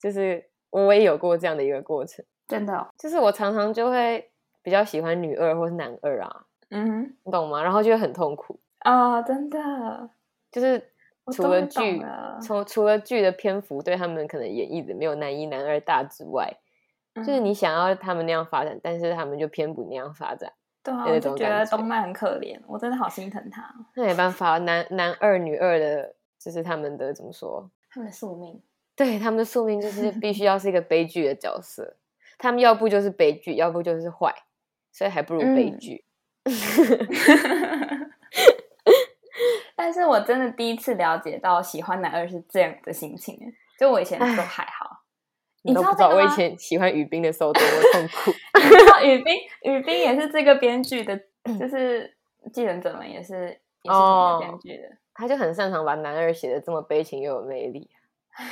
[SPEAKER 2] 就是我也有过这样的一个过程，
[SPEAKER 1] 真的、哦，
[SPEAKER 2] 就是我常常就会比较喜欢女二或是男二啊，
[SPEAKER 1] 嗯，
[SPEAKER 2] 你懂吗？然后就会很痛苦，
[SPEAKER 1] 哦，真的，
[SPEAKER 2] 就是
[SPEAKER 1] 我
[SPEAKER 2] 除
[SPEAKER 1] 终
[SPEAKER 2] 了
[SPEAKER 1] 于懂啊
[SPEAKER 2] 剧
[SPEAKER 1] 了，
[SPEAKER 2] 从除了剧的篇幅对他们可能演绎的没有男一男二大之外，就是
[SPEAKER 1] 嗯
[SPEAKER 2] 你想要他们那样发展，但是他们就偏不那样发展。
[SPEAKER 1] 对啊，
[SPEAKER 2] 有
[SPEAKER 1] 我
[SPEAKER 2] 一种
[SPEAKER 1] 就觉
[SPEAKER 2] 感
[SPEAKER 1] 得
[SPEAKER 2] 觉
[SPEAKER 1] 动漫很可怜，我真的好心疼他哦，
[SPEAKER 2] 那没办法，男男二女二的，就是他们的怎么说？
[SPEAKER 1] 他们的宿命。
[SPEAKER 2] 对，他们的宿命 就是必须要是一个悲剧的角色，他们要不就是悲剧，要不就是坏，所以还不如悲
[SPEAKER 1] 嗯
[SPEAKER 2] 剧。
[SPEAKER 1] 但是我真的第一次了解到喜欢男二是这样的心情耶，就我以前都
[SPEAKER 2] 唉
[SPEAKER 1] 还好。
[SPEAKER 2] 你都
[SPEAKER 1] 知道
[SPEAKER 2] 不知道，
[SPEAKER 1] 这
[SPEAKER 2] 我
[SPEAKER 1] 个
[SPEAKER 2] 以
[SPEAKER 1] 吗
[SPEAKER 2] 前喜欢雨冰的时候多么痛苦。
[SPEAKER 1] 你知道雨冰，雨冰也是这个编剧的，
[SPEAKER 2] 嗯
[SPEAKER 1] 就是《继承者们》也是也是
[SPEAKER 2] 哦
[SPEAKER 1] 同一个编剧的。
[SPEAKER 2] 他就很擅长把男二写的这么悲情又有魅力、啊。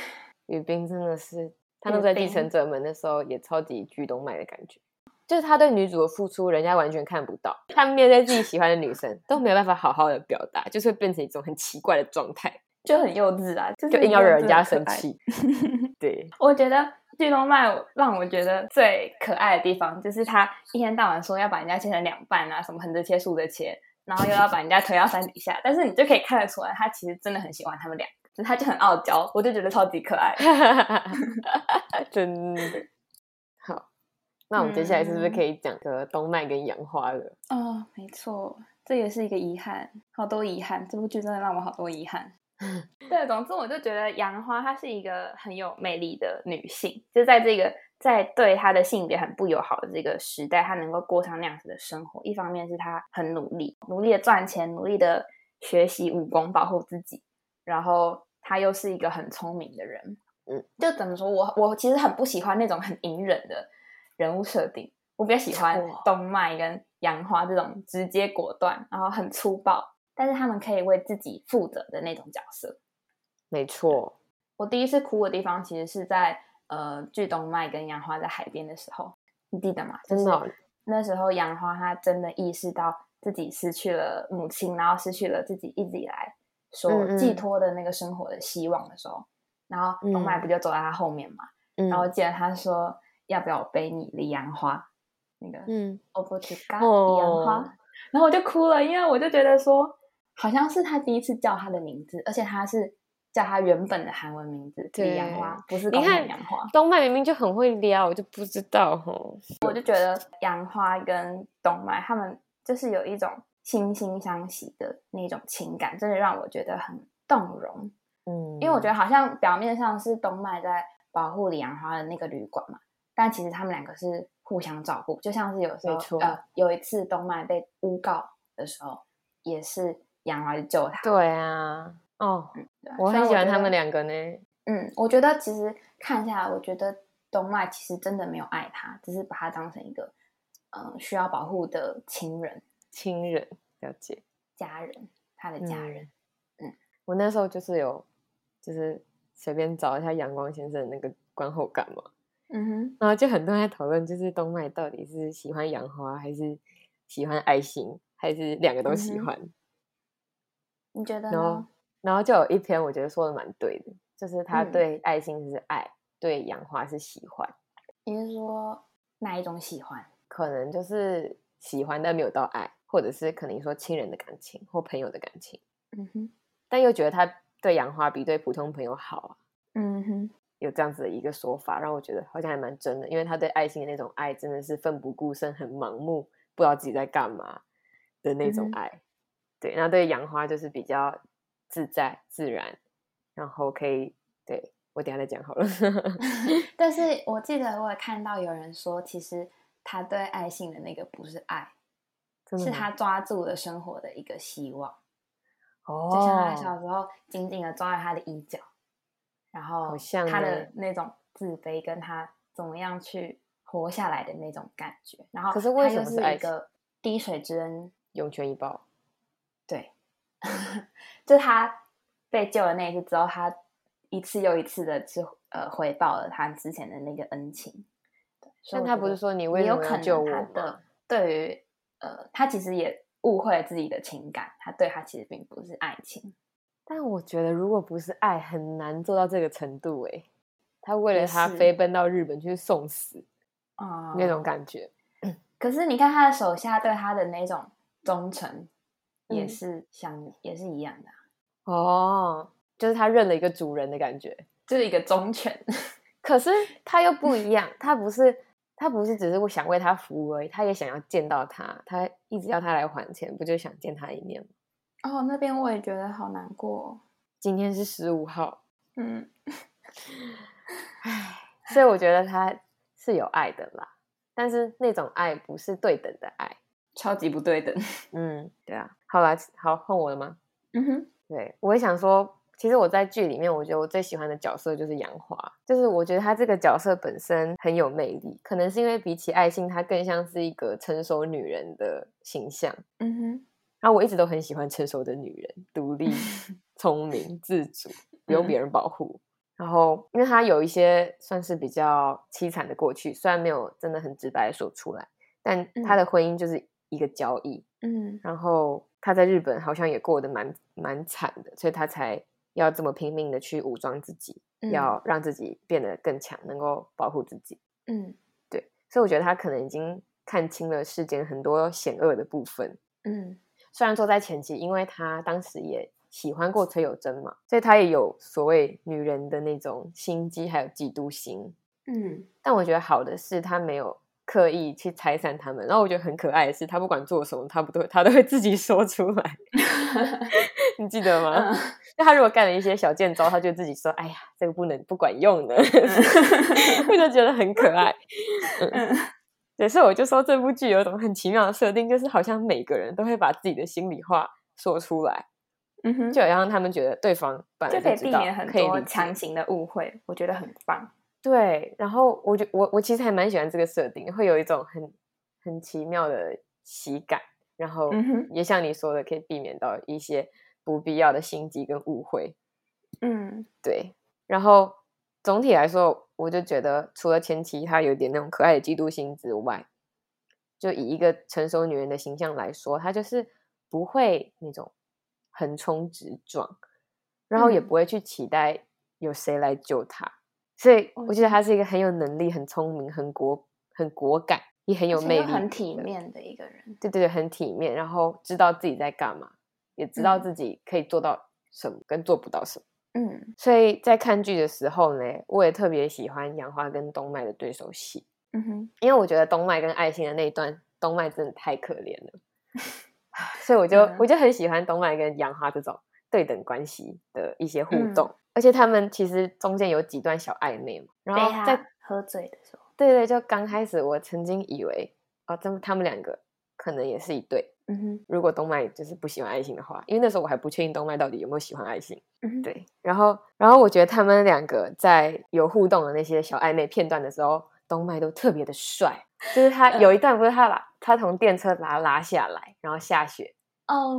[SPEAKER 2] 雨冰真的是，他那时候在
[SPEAKER 1] 雨
[SPEAKER 2] 《继
[SPEAKER 1] 冰
[SPEAKER 2] 承者们》的时候也超级剧动脉的感觉，就是他对女主的付出，人家完全看不到。他面对自己喜欢的女生，都没有办法好好的表达，就是会变成一种很奇怪的状态，
[SPEAKER 1] 就很幼稚啊，就是
[SPEAKER 2] 就硬要
[SPEAKER 1] 幼
[SPEAKER 2] 惹
[SPEAKER 1] 稚
[SPEAKER 2] 人
[SPEAKER 1] 的
[SPEAKER 2] 家
[SPEAKER 1] 可
[SPEAKER 2] 生
[SPEAKER 1] 爱。
[SPEAKER 2] 气。 对，
[SPEAKER 1] 我觉得剧动漫让我觉得最可爱的地方，就是他一天到晚说要把人家切成两半啊，什么横着切、竖着切，然后又要把人家推到山底下，但是你就可以看得出来，他其实真的很喜欢他们俩，只是他就很傲娇，我就觉得超级可爱。
[SPEAKER 2] 真的好。那我们接下来是不是可
[SPEAKER 1] 嗯
[SPEAKER 2] 以讲个动漫跟洋花了？
[SPEAKER 1] 哦，没错，这也是一个遗憾，好多遗憾。这部剧真的让我好多遗憾。对，总之我就觉得杨花她是一个很有魅力的女性，就在这个在对她的性别很不友好的这个时代，她能够过上那样子的生活。一方面是她很努力，努力的赚钱，努力的学习武功，保护自己，然后她又是一个很聪明的人。
[SPEAKER 2] 嗯，
[SPEAKER 1] 就怎么说我我其实很不喜欢那种很隐忍的人物设定，我比较喜欢
[SPEAKER 2] 哇
[SPEAKER 1] 动漫跟杨花这种直接果断，然后很粗暴，但是他们可以为自己负责的那种角色。
[SPEAKER 2] 没错，
[SPEAKER 1] 我第一次哭的地方其实是在呃巨动脉跟杨花在海边的时候，你记得吗？就
[SPEAKER 2] 真
[SPEAKER 1] 是
[SPEAKER 2] 的哦
[SPEAKER 1] 那时候杨花她真的意识到自己失去了母亲，然后失去了自己一直以来所
[SPEAKER 2] 嗯嗯
[SPEAKER 1] 寄托的那个生活的希望的时候，然后
[SPEAKER 2] 嗯
[SPEAKER 1] 动脉不就走在她后面嘛？
[SPEAKER 2] 嗯
[SPEAKER 1] 然后我记得她说要不要我背你的杨花，那个
[SPEAKER 2] 嗯，
[SPEAKER 1] 我不知道
[SPEAKER 2] 哦
[SPEAKER 1] 杨花，然后我就哭了，因为我就觉得说，好像是他第一次叫他的名字，而且他是叫他原本的韩文名字
[SPEAKER 2] 对
[SPEAKER 1] 李杨花，不是
[SPEAKER 2] 你
[SPEAKER 1] 东
[SPEAKER 2] 看
[SPEAKER 1] 汉杨花。
[SPEAKER 2] 动漫明明就很会撩，我就不知道吼。
[SPEAKER 1] 我就觉得杨花跟东麦他们就是有一种惺惺相惜的那种情感，真的让我觉得很动容。
[SPEAKER 2] 嗯，
[SPEAKER 1] 因为我觉得好像表面上是东麦在保护李阳花的那个旅馆嘛，但其实他们两个是互相照顾，就像是有时
[SPEAKER 2] 没
[SPEAKER 1] 候
[SPEAKER 2] 错
[SPEAKER 1] 呃有一次东麦被诬告的时候，也是杨花去救他。
[SPEAKER 2] 对啊，哦，
[SPEAKER 1] 对啊
[SPEAKER 2] 我
[SPEAKER 1] 虽
[SPEAKER 2] 很
[SPEAKER 1] 然
[SPEAKER 2] 喜欢
[SPEAKER 1] 觉
[SPEAKER 2] 他
[SPEAKER 1] 得
[SPEAKER 2] 们两个呢。
[SPEAKER 1] 嗯，我觉得其实看下来，我觉得东麦其实真的没有爱他，只是把他当成一个嗯、呃需要保护的亲人、
[SPEAKER 2] 亲人，了解
[SPEAKER 1] 家人，他的家人。。
[SPEAKER 2] 嗯
[SPEAKER 1] 嗯，
[SPEAKER 2] 我那时候就是有，就是随便找一下阳光先生的那个观后感嘛，
[SPEAKER 1] 嗯
[SPEAKER 2] 然后就很多人在讨论，就是东麦到底是喜欢杨花，还是喜欢爱心，还是两个都喜
[SPEAKER 1] 嗯哼
[SPEAKER 2] 欢。
[SPEAKER 1] 哼，你觉得
[SPEAKER 2] 然后
[SPEAKER 1] 呢？，
[SPEAKER 2] 然后就有一篇我觉得说的蛮对的，就是他
[SPEAKER 1] 嗯
[SPEAKER 2] 对爱心是爱，对杨花是喜欢，
[SPEAKER 1] 你是说哪一种喜欢？
[SPEAKER 2] 可能就是喜欢但没有到爱，或者是可能你说亲人的感情或朋友的感情，
[SPEAKER 1] 嗯哼，
[SPEAKER 2] 但又觉得他对杨花比对普通朋友好啊，
[SPEAKER 1] 嗯哼，
[SPEAKER 2] 有这样子的一个说法，让我觉得好像还蛮真的，因为他对爱情的那种爱真的是奋不顾身、很盲目，不知道自己在干嘛的那种
[SPEAKER 1] 嗯哼
[SPEAKER 2] 爱。对，那对杨花就是比较自在自然，然后可以对我等一下再讲好了。
[SPEAKER 1] 但是我记得我也看到有人说，其实他对爱情的那个不是爱，
[SPEAKER 2] 真的
[SPEAKER 1] 是
[SPEAKER 2] 吗
[SPEAKER 1] 他抓住了生活的一个希望，
[SPEAKER 2] 哦，
[SPEAKER 1] 就像他小时候紧紧的抓着他的衣角，然后
[SPEAKER 2] 好像
[SPEAKER 1] 他
[SPEAKER 2] 欸
[SPEAKER 1] 的那种自卑跟他怎么样去活下来的那种感觉，然后
[SPEAKER 2] 可是为
[SPEAKER 1] 他
[SPEAKER 2] 什
[SPEAKER 1] 又
[SPEAKER 2] 么
[SPEAKER 1] 是
[SPEAKER 2] 是爱
[SPEAKER 1] 一个滴水之恩
[SPEAKER 2] 涌泉一爆。
[SPEAKER 1] 对， 就他被救的那一次之后，他一次又一次的去呃回报了他之前的那个恩情。对，所以
[SPEAKER 2] 但
[SPEAKER 1] 我
[SPEAKER 2] 他
[SPEAKER 1] 觉
[SPEAKER 2] 不是
[SPEAKER 1] 得
[SPEAKER 2] 说你
[SPEAKER 1] 也
[SPEAKER 2] 为什
[SPEAKER 1] 有
[SPEAKER 2] 么
[SPEAKER 1] 可
[SPEAKER 2] 要
[SPEAKER 1] 能
[SPEAKER 2] 救
[SPEAKER 1] 他
[SPEAKER 2] 我吗？
[SPEAKER 1] 的对于呃，他其实也误会了自己的情感，他对他其实并不是爱情。
[SPEAKER 2] 但我觉得如果不是爱，很难做到这个程度诶、他为
[SPEAKER 1] 也
[SPEAKER 2] 了他
[SPEAKER 1] 是
[SPEAKER 2] 飞奔到日本去送死
[SPEAKER 1] 啊、
[SPEAKER 2] 那种感觉，
[SPEAKER 1] 可是你看他的手下对他的那种忠诚，也
[SPEAKER 2] 嗯
[SPEAKER 1] 是相、也是一样的啊，
[SPEAKER 2] 哦，就是他认了一个主人的感觉。
[SPEAKER 1] 就是一个忠犬。
[SPEAKER 2] 可是他又不一样，他不是他不是只是想为他服务而已，他也想要见到他，他一直要他来还钱，不就想见他一面吗？
[SPEAKER 1] 哦，那边我也觉得好难过哦、
[SPEAKER 2] 今天是十五号，
[SPEAKER 1] 嗯，
[SPEAKER 2] 所以我觉得他是有爱的啦，但是那种爱不是对等的爱。
[SPEAKER 1] 超级不对等。
[SPEAKER 2] 嗯，对啊。好啦，好换我了吗？
[SPEAKER 1] 嗯哼，
[SPEAKER 2] 对，我也想说，其实我在剧里面，我觉得我最喜欢的角色就是杨华，就是我觉得她这个角色本身很有魅力，可能是因为比起爱信，她更像是一个成熟女人的形象。
[SPEAKER 1] 嗯哼。
[SPEAKER 2] 然后我一直都很喜欢成熟的女人，独立、聪明、自主，不用别人保护。然后，因为她有一些算是比较凄惨的过去，虽然没有真的很直白地说出来，但她的婚姻就是一个交易，
[SPEAKER 1] 嗯
[SPEAKER 2] 然后他在日本好像也过得蛮蛮惨的，所以他才要这么拼命的去武装自己，
[SPEAKER 1] 嗯
[SPEAKER 2] 要让自己变得更强，能够保护自己。
[SPEAKER 1] 嗯
[SPEAKER 2] 对，所以我觉得他可能已经看清了世间很多险恶的部分。
[SPEAKER 1] 嗯
[SPEAKER 2] 虽然说在前期，因为他当时也喜欢过崔有贞嘛，所以他也有所谓女人的那种心机，还有嫉妒心。
[SPEAKER 1] 嗯
[SPEAKER 2] 但我觉得好的是他没有刻意去拆散他们，然后我觉得很可爱的是，他不管做什么，他不都他都会自己说出 来，你记得
[SPEAKER 1] 嗯
[SPEAKER 2] 吗？那他如果干了一些小贱招，他就自己说：“哎呀，这个不能不管用呢。” 我就觉得很可爱。
[SPEAKER 1] 嗯
[SPEAKER 2] 对，所以我就说这部剧有一种很奇妙的设定，就是好像每个人都会把自己的心里话说出来，
[SPEAKER 1] 嗯哼，
[SPEAKER 2] 就好像他们觉得对方本来
[SPEAKER 1] 就可以
[SPEAKER 2] 知
[SPEAKER 1] 避
[SPEAKER 2] 道
[SPEAKER 1] 免很
[SPEAKER 2] 可以
[SPEAKER 1] 多
[SPEAKER 2] 理解
[SPEAKER 1] 强行的误会，我觉得很棒。
[SPEAKER 2] 对，然后我觉我我其实还蛮喜欢这个设定，会有一种很很奇妙的喜感，然后
[SPEAKER 1] 嗯哼
[SPEAKER 2] 也像你说的，可以避免到一些不必要的心机跟误会。
[SPEAKER 1] 嗯
[SPEAKER 2] 对，然后总体来说，我就觉得除了前期她有点那种可爱的嫉妒心之外，就以一个成熟女人的形象来说，她就是不会那种横冲直撞，然后也
[SPEAKER 1] 嗯
[SPEAKER 2] 不会去期待有谁来救她，所以
[SPEAKER 1] 哦
[SPEAKER 2] 我觉得她是一个很有能力、很聪明、很果、很果敢，也很有
[SPEAKER 1] 而且
[SPEAKER 2] 魅
[SPEAKER 1] 又
[SPEAKER 2] 力、
[SPEAKER 1] 很体面的一个人。
[SPEAKER 2] 对对对，很体面，然后知道自己在干嘛，也知道
[SPEAKER 1] 嗯
[SPEAKER 2] 自己可以做到什么跟做不到什么。
[SPEAKER 1] 嗯
[SPEAKER 2] 所以在看剧的时候呢，我也特别喜欢杨花跟东麦的对手戏，
[SPEAKER 1] 嗯哼，
[SPEAKER 2] 因为我觉得东麦跟爱心的那一段，东麦真的太可怜了，所以我就、我就很喜欢东麦跟杨花这种对等关系的一些互动，而且他们其实中间有几段小暧昧嘛，然
[SPEAKER 1] 被
[SPEAKER 2] 后在
[SPEAKER 1] 他喝醉的时候，
[SPEAKER 2] 对对，就刚开始我曾经以为啊，这么他们两个可能也是一对，
[SPEAKER 1] 嗯哼
[SPEAKER 2] 如果东麦就是不喜欢爱心的话，因为那时候我还不确定东麦到底有没有喜欢爱心。
[SPEAKER 1] 嗯哼，
[SPEAKER 2] 对，然后然后我觉得他们两个在有互动的那些小暧昧片段的时候，东麦都特别的帅，就是他有一段不是他把他从电车把他拉下来，然后下雪，
[SPEAKER 1] 哦，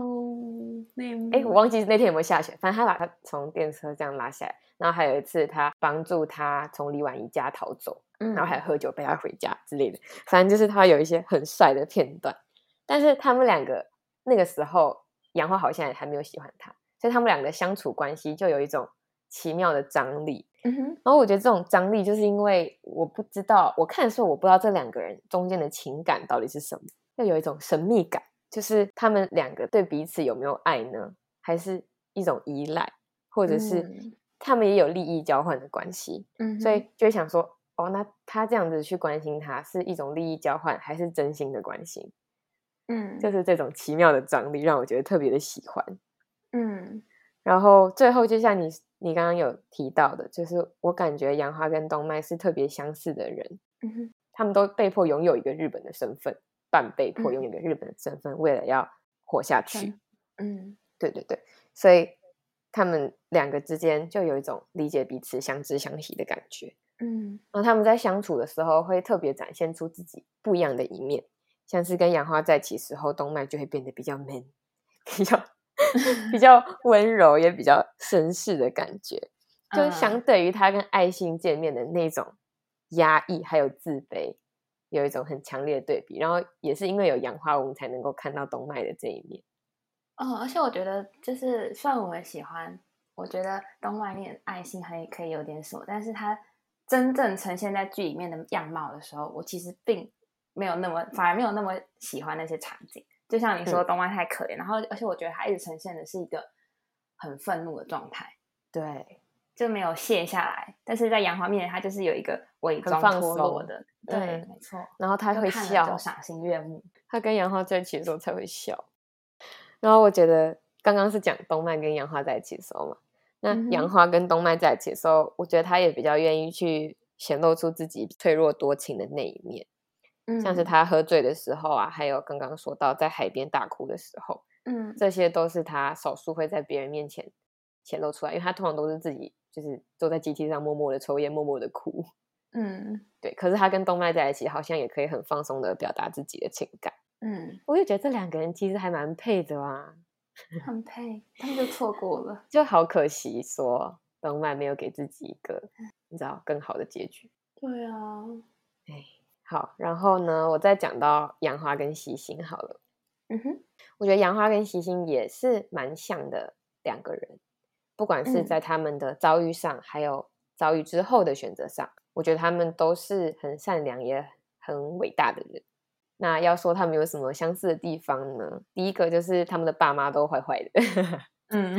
[SPEAKER 1] 那
[SPEAKER 2] 哎，我忘记那天有没有下雪，反正他把他从电车这样拉下来，然后还有一次他帮助他从李婉仪家逃走，
[SPEAKER 1] 嗯
[SPEAKER 2] 然后还有喝酒背他回家之类的，反正就是他有一些很帅的片段，但是他们两个那个时候杨花好像也还没有喜欢他，所以他们两个相处关系就有一种奇妙的张力，
[SPEAKER 1] 嗯哼，
[SPEAKER 2] 然后我觉得这种张力，就是因为我不知道，我看的时候我不知道这两个人中间的情感到底是什么，又有一种神秘感，就是他们两个对彼此有没有爱呢？还是一种依赖，或者是
[SPEAKER 1] 嗯
[SPEAKER 2] 他们也有利益交换的关系？
[SPEAKER 1] 嗯哼，
[SPEAKER 2] 所以就会想说，哦，那他这样子去关心他，是一种利益交换，还是真心的关心？
[SPEAKER 1] 嗯，
[SPEAKER 2] 就是这种奇妙的张力，让我觉得特别的喜欢。
[SPEAKER 1] 嗯
[SPEAKER 2] 然后最后，就像你你刚刚有提到的，就是我感觉杨花跟东麦是特别相似的人，
[SPEAKER 1] 嗯哼，
[SPEAKER 2] 他们都被迫拥有一个日本的身份，半被迫
[SPEAKER 1] 嗯
[SPEAKER 2] 拥有一个日本的身份，为了要活下去。
[SPEAKER 1] 真嗯
[SPEAKER 2] 对对对，所以他们两个之间就有一种理解彼此、相知相惜的感觉。
[SPEAKER 1] 嗯
[SPEAKER 2] 然后他们在相处的时候，会特别展现出自己不一样的一面，像是跟杨花在一起时候，东麦就会变得比较 man，比 较 比较温柔，也比较绅士的感觉。就
[SPEAKER 1] 嗯
[SPEAKER 2] 相对于他跟爱心见面的那种压抑还有自卑，有一种很强烈的对比。然后也是因为有杨花，我们才能够看到东麦的这一面。
[SPEAKER 1] 哦，而且我觉得就是虽然我也喜欢，我觉得东外面爱心还可以有点什么，但是它真正呈现在剧里面的样貌的时候，我其实并没有那么，反而没有那么喜欢那些场景。就像你说
[SPEAKER 2] 嗯
[SPEAKER 1] 东外太可怜，然后而且我觉得他一直呈现的是一个很愤怒的状态。
[SPEAKER 2] 对，
[SPEAKER 1] 就没有卸下来，但是在杨花面前，他就是有一个伪
[SPEAKER 2] 很
[SPEAKER 1] 装
[SPEAKER 2] 放
[SPEAKER 1] 脱落
[SPEAKER 2] 松
[SPEAKER 1] 的，对，
[SPEAKER 2] 嗯
[SPEAKER 1] 没错，
[SPEAKER 2] 然后他
[SPEAKER 1] 就
[SPEAKER 2] 会
[SPEAKER 1] 看了
[SPEAKER 2] 笑
[SPEAKER 1] 就，赏心悦目。
[SPEAKER 2] 他跟杨花在一起的时候才会笑。然后我觉得刚刚是讲东麦跟杨花在一起的时候嘛，那
[SPEAKER 1] 嗯哼
[SPEAKER 2] 杨花跟东麦在一起的时候，我觉得他也比较愿意去显露出自己脆弱多情的那一面，
[SPEAKER 1] 嗯，
[SPEAKER 2] 像是，他喝醉的时候啊，还有刚刚说到在海边大哭的时候，
[SPEAKER 1] 嗯
[SPEAKER 2] 这些都是他少数会在别人面前显露出来，因为他通常都是自己就是坐在阶梯上默默的抽烟，默默的哭。
[SPEAKER 1] 嗯
[SPEAKER 2] 对，可是他跟东麦在一起，好像也可以很放松的表达自己的情感。
[SPEAKER 1] 嗯，
[SPEAKER 2] 我也觉得这两个人其实还蛮配的啊，
[SPEAKER 1] 很配，他们就错过 了。
[SPEAKER 2] 就好可惜说东曼没有给自己一个你知道更好的结局。
[SPEAKER 1] 对啊，
[SPEAKER 2] 哎，好，然后呢，我再讲到杨花跟西星好了。
[SPEAKER 1] 嗯哼，
[SPEAKER 2] 我觉得杨花跟西星也是蛮像的两个人，不管是
[SPEAKER 1] 嗯
[SPEAKER 2] 在他们的遭遇上，还有遭遇之后的选择上，我觉得他们都是很善良也很伟大的人。那要说他们有什么相似的地方呢？第一个就是他们的爸妈都坏坏的，
[SPEAKER 1] 嗯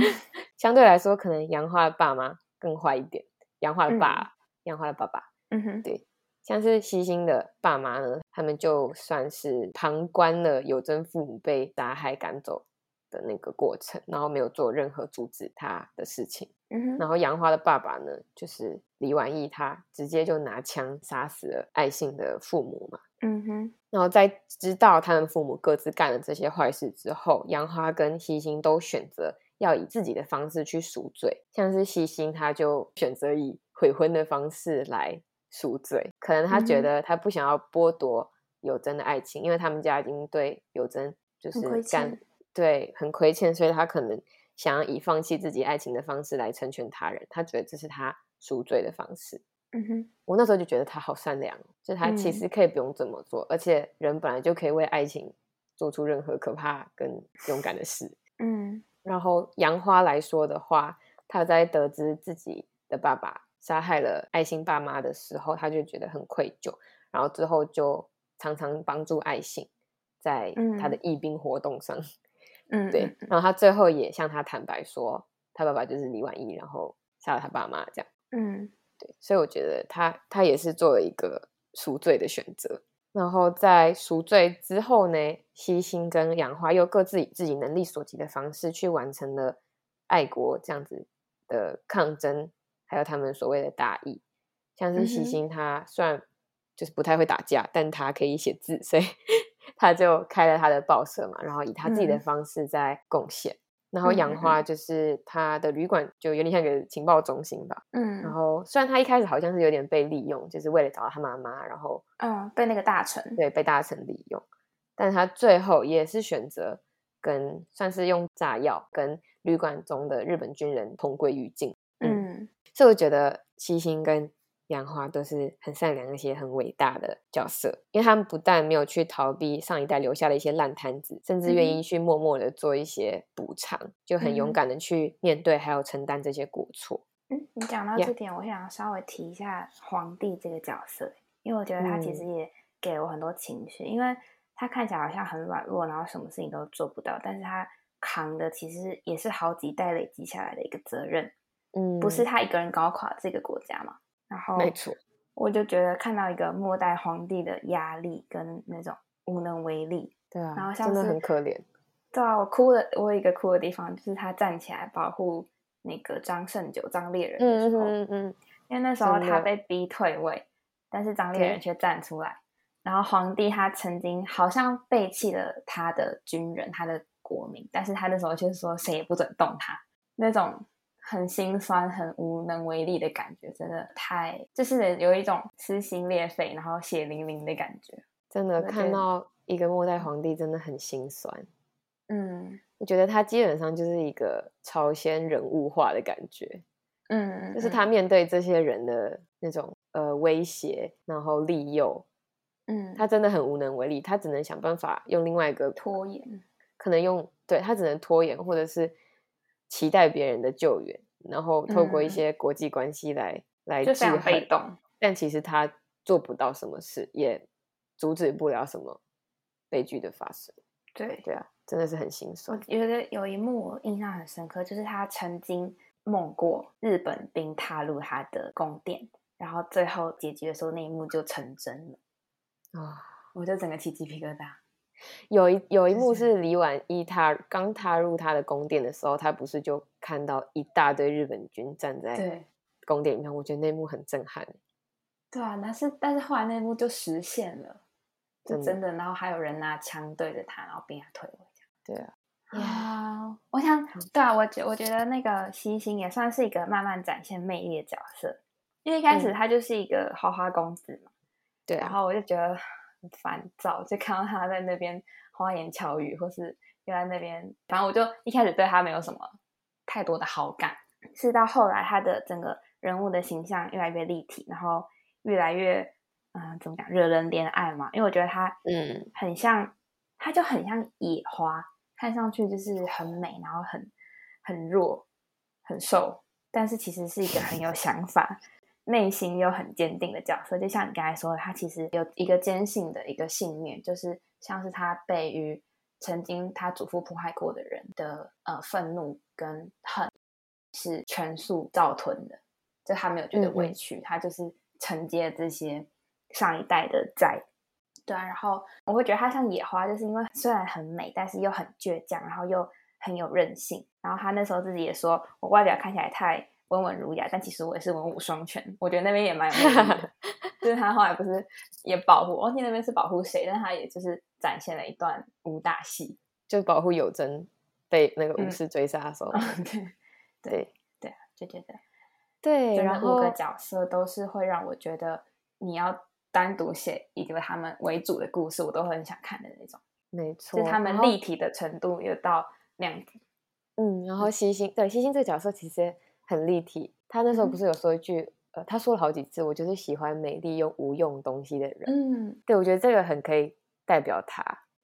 [SPEAKER 2] 相对来说，可能杨花的爸妈更坏一点。杨花的爸，杨花的爸爸，
[SPEAKER 1] 嗯哼，
[SPEAKER 2] 像是西星的爸妈呢，他们就算是旁观了有真父母被杀害赶走的那个过程，然后没有做任何阻止他的事情。
[SPEAKER 1] 嗯哼，
[SPEAKER 2] 然后杨花的爸爸呢，就是李婉义，他直接就拿枪杀死了爱信的父母嘛。
[SPEAKER 1] 嗯哼，
[SPEAKER 2] 然后在知道他们父母各自干了这些坏事之后，杨花跟西星都选择要以自己的方式去赎罪，像是西星他就选择以悔婚的方式来赎罪，可能他
[SPEAKER 1] 嗯
[SPEAKER 2] 觉
[SPEAKER 1] 哼
[SPEAKER 2] 得他不想要剥夺有真的爱情，因为他们家已经对有真就是
[SPEAKER 1] 很亏
[SPEAKER 2] 干
[SPEAKER 1] 欠
[SPEAKER 2] 对很亏欠，所以他可能想要以放弃自己爱情的方式来成全他人，他觉得这是他赎罪的方式。
[SPEAKER 1] 嗯哼，
[SPEAKER 2] 我那时候就觉得他好善良哦，就他其
[SPEAKER 1] 嗯
[SPEAKER 2] 实可以不用这么做，而且人本来就可以为爱情做出任何可怕跟勇敢的事。
[SPEAKER 1] 嗯
[SPEAKER 2] 然后杨花来说的话，她在得知自己的爸爸杀害了爱心爸妈的时候，她就觉得很愧疚，然后之后就常常帮助爱心在他的
[SPEAKER 1] 嗯
[SPEAKER 2] 义兵活动上。
[SPEAKER 1] 嗯，
[SPEAKER 2] 对，然后他最后也向他坦白说，他爸爸就是李婉义，然后杀了他爸妈这样。
[SPEAKER 1] 嗯，
[SPEAKER 2] 对，所以我觉得他他也是做了一个赎罪的选择。然后在赎罪之后呢，西星跟杨花又各自以自己能力所及的方式去完成了爱国这样子的抗争，还有他们所谓的大义。像是
[SPEAKER 1] 嗯
[SPEAKER 2] 西
[SPEAKER 1] 哼
[SPEAKER 2] 星，他虽然就是不太会打架，但他可以写字，所以 他就开了他的报社嘛，然后以他自己的
[SPEAKER 1] 嗯
[SPEAKER 2] 方式在贡献。然后
[SPEAKER 1] 嗯
[SPEAKER 2] 杨
[SPEAKER 1] 嗯
[SPEAKER 2] 花就是他的旅馆，就有点像个情报中心吧，
[SPEAKER 1] 嗯
[SPEAKER 2] 然
[SPEAKER 1] 嗯
[SPEAKER 2] 后虽然他一开始好像是有点被利用，就是为了找到他妈妈，然后
[SPEAKER 1] 嗯，被那个大臣，
[SPEAKER 2] 对被大臣利用，但他最后也是选择跟算是用炸药跟旅馆中的日本军人同归于尽。
[SPEAKER 1] 嗯
[SPEAKER 2] 所以我觉得七星跟杨花都是很善良、一些很伟大的角色，因为他们不但没有去逃避上一代留下的一些烂摊子，甚至愿
[SPEAKER 1] 嗯
[SPEAKER 2] 意去默默的做一些补偿，就很
[SPEAKER 1] 嗯
[SPEAKER 2] 勇敢的去面对还有承担这些过错。
[SPEAKER 1] 嗯，你讲到
[SPEAKER 2] Yeah
[SPEAKER 1] 这点我想要稍微提一下皇帝这个角色，因为我觉得他其
[SPEAKER 2] 嗯
[SPEAKER 1] 实也给我很多情绪，因为他看起来好像很软弱，然后什么事情都做不到，但是他扛的其实也是好几代累积下来的一个责任，
[SPEAKER 2] 嗯，
[SPEAKER 1] 不是哦他一个人搞垮这个国家嘛。然后
[SPEAKER 2] 没错，
[SPEAKER 1] 我就觉得看到一个末代皇帝的压力跟那种无能为力，
[SPEAKER 2] 对
[SPEAKER 1] 然后
[SPEAKER 2] 啊，
[SPEAKER 1] 像
[SPEAKER 2] 真的
[SPEAKER 1] 是
[SPEAKER 2] 很可怜。
[SPEAKER 1] 对啊，我哭的，我有一个哭的地方就是他站起来保护那个张胜九张猎人的
[SPEAKER 2] 嗯
[SPEAKER 1] 时候，
[SPEAKER 2] 嗯嗯，
[SPEAKER 1] 因为那时候
[SPEAKER 2] 真
[SPEAKER 1] 他
[SPEAKER 2] 的
[SPEAKER 1] 被逼退位，但是张烈
[SPEAKER 2] 对
[SPEAKER 1] 仁却站出来。然后皇帝他曾经好像背弃了他的军人、他的国民，但是他那时候却说谁也不准动他，那种很心酸、很无能为力的感觉，真的太就是有一种撕心裂肺，然后血淋淋的感觉。
[SPEAKER 2] 真的
[SPEAKER 1] 我觉
[SPEAKER 2] 看
[SPEAKER 1] 得
[SPEAKER 2] 到一个末代皇帝真的很心酸。
[SPEAKER 1] 嗯
[SPEAKER 2] 我觉得他基本上就是一个朝鲜人物化的感觉，
[SPEAKER 1] 嗯，
[SPEAKER 2] 就是他面对这些人的那种呃威胁，然后利诱，
[SPEAKER 1] 嗯，嗯
[SPEAKER 2] 他真的很无能为力，他只能想办法用另外一个
[SPEAKER 1] 拖延，
[SPEAKER 2] 可能用对他只能拖延，或者是期待别人的救援，然后透过一
[SPEAKER 1] 嗯
[SPEAKER 2] 些国际关系来、来
[SPEAKER 1] 就
[SPEAKER 2] 制
[SPEAKER 1] 非常被
[SPEAKER 2] 衡，
[SPEAKER 1] 动。
[SPEAKER 2] 但其实他做不到什么事，也阻止不了什么悲剧的发生。
[SPEAKER 1] 对，
[SPEAKER 2] 对啊，真的是很心
[SPEAKER 1] 我
[SPEAKER 2] 酸。
[SPEAKER 1] 觉得有一幕我印象很深刻，就是他曾经梦过日本兵踏入他的宫殿，然后最后结局的时候那一幕就成真了，
[SPEAKER 2] 啊，
[SPEAKER 1] 我就整个起鸡皮疙瘩。
[SPEAKER 2] 有一有一
[SPEAKER 1] 就
[SPEAKER 2] 幕
[SPEAKER 1] 是
[SPEAKER 2] 是李婉一踏刚踏入他的宫殿的时候，他不是就看到一大堆日本军站在
[SPEAKER 1] 对
[SPEAKER 2] 宫殿里面，我觉得那幕很震撼。
[SPEAKER 1] 对啊，但是但是后来那一幕就实现了，就
[SPEAKER 2] 真的
[SPEAKER 1] 真的，然后还有人拿枪对着他，然后逼他退位。
[SPEAKER 2] 对啊，
[SPEAKER 1] 啊，我想，对啊，我觉我觉得那个西星也算是一个慢慢展现魅力的角色，因为一开始
[SPEAKER 2] 嗯
[SPEAKER 1] 他就是一个花花公子嘛。
[SPEAKER 2] 对
[SPEAKER 1] 然
[SPEAKER 2] 啊，
[SPEAKER 1] 后我就觉得很烦躁，就看到他在那边花言巧语，或是又在那边，反正我就一开始对他没有什么太多的好感，是到后来他的整个人物的形象越来越立体，然后越来越嗯、呃怎么讲惹人怜爱嘛？因为我觉得他
[SPEAKER 2] 嗯
[SPEAKER 1] 很像，他就很像野花，看上去就是很美，然后很很弱，很瘦，但是其实是一个很有想法、内心又很坚定的角色。就像你刚才说的，他其实有一个坚信的一个信念，就是像是他被于曾经他祖父迫害过的人的呃愤怒跟恨是全数照吞的，就他没有觉得
[SPEAKER 2] 嗯嗯
[SPEAKER 1] 委屈，他就是承接这些上一代的债。对啊，然后我会觉得它像野花，就是因为虽然很美，但是又很倔强，然后又很有韧性。然后他那时候自己也说，我外表看起来太温文儒雅，但其实我也是文武双全。我觉得那边也蛮有魅力 的就是他后来不是也保护，我忘记那边是保护谁，但他也就是展现了一段武打戏。
[SPEAKER 2] 就保护有真被那个武
[SPEAKER 1] 嗯
[SPEAKER 2] 士追杀的时候，
[SPEAKER 1] 对
[SPEAKER 2] 对
[SPEAKER 1] 对啊，就觉得
[SPEAKER 2] 对，
[SPEAKER 1] 这
[SPEAKER 2] 然
[SPEAKER 1] 五
[SPEAKER 2] 后
[SPEAKER 1] 个角色都是会让我觉得你要单独写一个他们为主的故事，我都会很想看的那种。
[SPEAKER 2] 没
[SPEAKER 1] 就
[SPEAKER 2] 错，
[SPEAKER 1] 是他们
[SPEAKER 2] 然后
[SPEAKER 1] 立体的程度又到那样子。
[SPEAKER 2] 嗯，然后西星对西星这个角色其实也很立体，他那时候不
[SPEAKER 1] 嗯
[SPEAKER 2] 是有说一句，呃，他说了好几次，我就是喜欢美丽又无用东西的人。
[SPEAKER 1] 嗯
[SPEAKER 2] 对我觉得这个很可以代表他，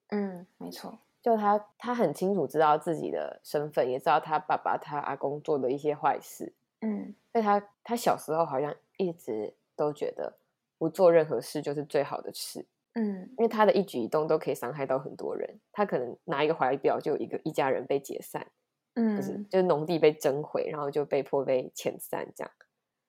[SPEAKER 1] 嗯，没错。
[SPEAKER 2] 就他他很清楚知道自己的身份，也知道他爸爸他阿公做的一些坏事，
[SPEAKER 1] 嗯
[SPEAKER 2] 所以他他小时候好像一直都觉得不做任何事就是最好的事，
[SPEAKER 1] 嗯
[SPEAKER 2] 因为他的一举一动都可以伤害到很多人。他可能拿一个怀表就有一个一家人被解散，
[SPEAKER 1] 嗯
[SPEAKER 2] 就是就是农地被征回，然后就被迫被遣散这样。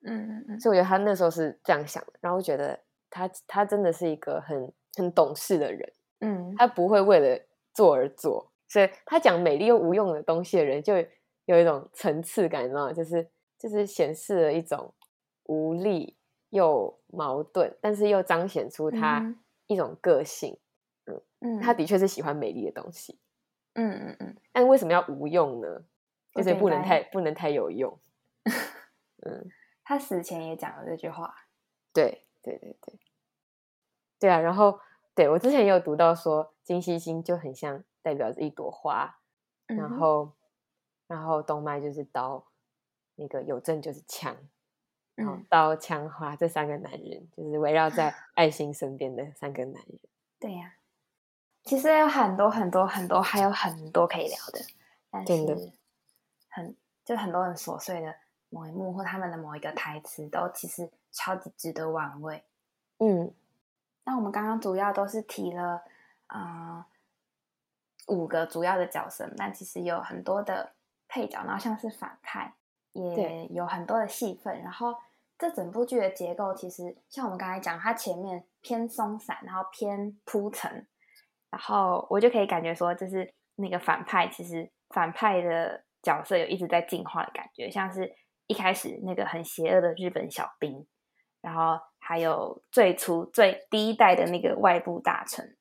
[SPEAKER 1] 嗯嗯
[SPEAKER 2] 所以我觉得他那时候是这样想的，然后我觉得他他真的是一个很很懂事的人，
[SPEAKER 1] 嗯
[SPEAKER 2] 他不会为了做而做，所以他讲美丽又无用的东西的人，就有一种层次感，你知道吗？就是就是显示了一种无力又矛盾，但是又彰显出他
[SPEAKER 1] 嗯哼
[SPEAKER 2] 一种个性。
[SPEAKER 1] 嗯，
[SPEAKER 2] 他的确是喜欢美丽的东西，
[SPEAKER 1] 嗯嗯嗯，
[SPEAKER 2] 但为什么要无用呢？
[SPEAKER 1] 我
[SPEAKER 2] 就是
[SPEAKER 1] 觉
[SPEAKER 2] 不能
[SPEAKER 1] 得
[SPEAKER 2] 太不能太有用。
[SPEAKER 1] 他死前也讲了这句话。
[SPEAKER 2] 对对对对，对啊。然后对我之前也有读到说，金星星就很像代表着一朵花，然
[SPEAKER 1] 嗯哼
[SPEAKER 2] 后然后动脉就是刀，那个有正就是枪，然后
[SPEAKER 1] 嗯，
[SPEAKER 2] 刀枪花这三个男人就是围绕 在爱心身边的三个男人。
[SPEAKER 1] 对呀、其实有很多很多很多，还有很多可以聊的，但
[SPEAKER 2] 真的
[SPEAKER 1] 是很就很多很琐碎的某一幕或他们的某一个台词，都其实超级值得玩味。
[SPEAKER 2] 嗯
[SPEAKER 1] 那我们刚刚主要都是提了啊、呃五个主要的角色，但其实有很多的配角，然后像是反派也
[SPEAKER 2] 对
[SPEAKER 1] 有很多的戏份。然后这整部剧的结构其实像我们刚才讲，它前面偏松散，然后偏铺陈，然后我就可以感觉说，就是那个反派其实反派的角色有一直在进化的感觉，像是一开始那个很邪恶的日本小兵，然后还有最初最第一代的那个外部大臣，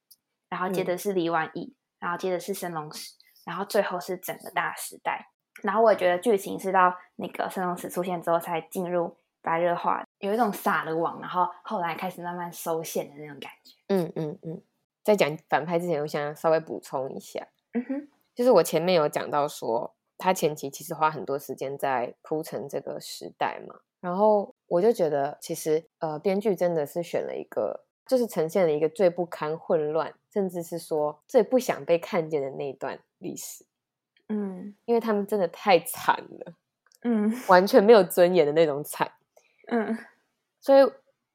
[SPEAKER 1] 然后接着是李婉义，然后接着是神龙史，然后最后是整个大时代。然后我也觉得剧情是到那个神龙史出现之后才进入白热化，有一种撒了网，然后后来开始慢慢收线的那种感觉。
[SPEAKER 2] 嗯嗯嗯，在讲反派之前，我想稍微补充一下，
[SPEAKER 1] 嗯哼，
[SPEAKER 2] 就是我前面有讲到说，他前期其实花很多时间在铺陈这个时代嘛，然后我就觉得其实呃，编剧真的是选了一个，就是呈现了一个最不堪混乱，甚至是说最不想被看见的那一段历史，
[SPEAKER 1] 嗯
[SPEAKER 2] 因为他们真的太惨了，
[SPEAKER 1] 嗯
[SPEAKER 2] 完全没有尊严的那种惨。
[SPEAKER 1] 嗯
[SPEAKER 2] 所以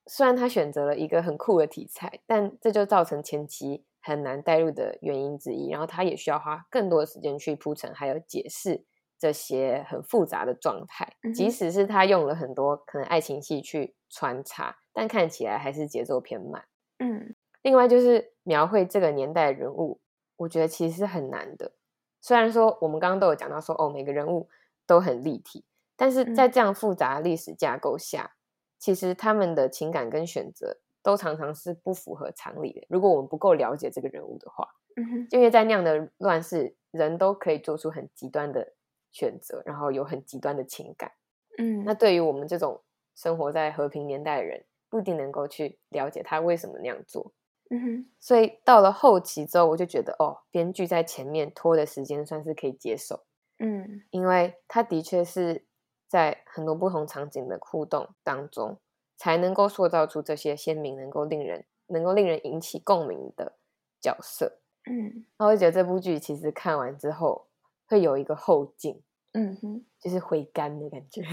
[SPEAKER 2] 虽然他选择了一个很酷的题材，但这就造成前期很难带入的原因之一。然后他也需要花更多的时间去铺陈，还有解释这些很复杂的状态。
[SPEAKER 1] 嗯哼
[SPEAKER 2] 即使是他用了很多可能爱情戏去穿插，但看起来还是节奏偏慢。
[SPEAKER 1] 嗯
[SPEAKER 2] 另外就是描绘这个年代的人物，我觉得其实是很难的。虽然说我们刚刚都有讲到说，哦，每个人物都很立体，但是在
[SPEAKER 1] 嗯
[SPEAKER 2] 这样复杂的历史架构下，其实他们的情感跟选择都常常是不符合常理的。如果我们不够了解这个人物的话，
[SPEAKER 1] 嗯哼
[SPEAKER 2] 因为在那样的乱世，人都可以做出很极端的选择，然后有很极端的情感。
[SPEAKER 1] 嗯
[SPEAKER 2] 那对于我们这种生活在和平年代的人，不一定能够去了解他为什么那样做。
[SPEAKER 1] 嗯哼
[SPEAKER 2] 所以到了后期之后，我就觉得哦，编剧在前面拖的时间算是可以接受，
[SPEAKER 1] 嗯
[SPEAKER 2] 因为他的确是在很多不同场景的互动当中，才能够塑造出这些鲜明、能够令人能够令人引起共鸣的角色。
[SPEAKER 1] 嗯
[SPEAKER 2] 那我就觉得这部剧其实看完之后会有一个后劲，
[SPEAKER 1] 嗯哼，嗯
[SPEAKER 2] 就是回甘的感觉，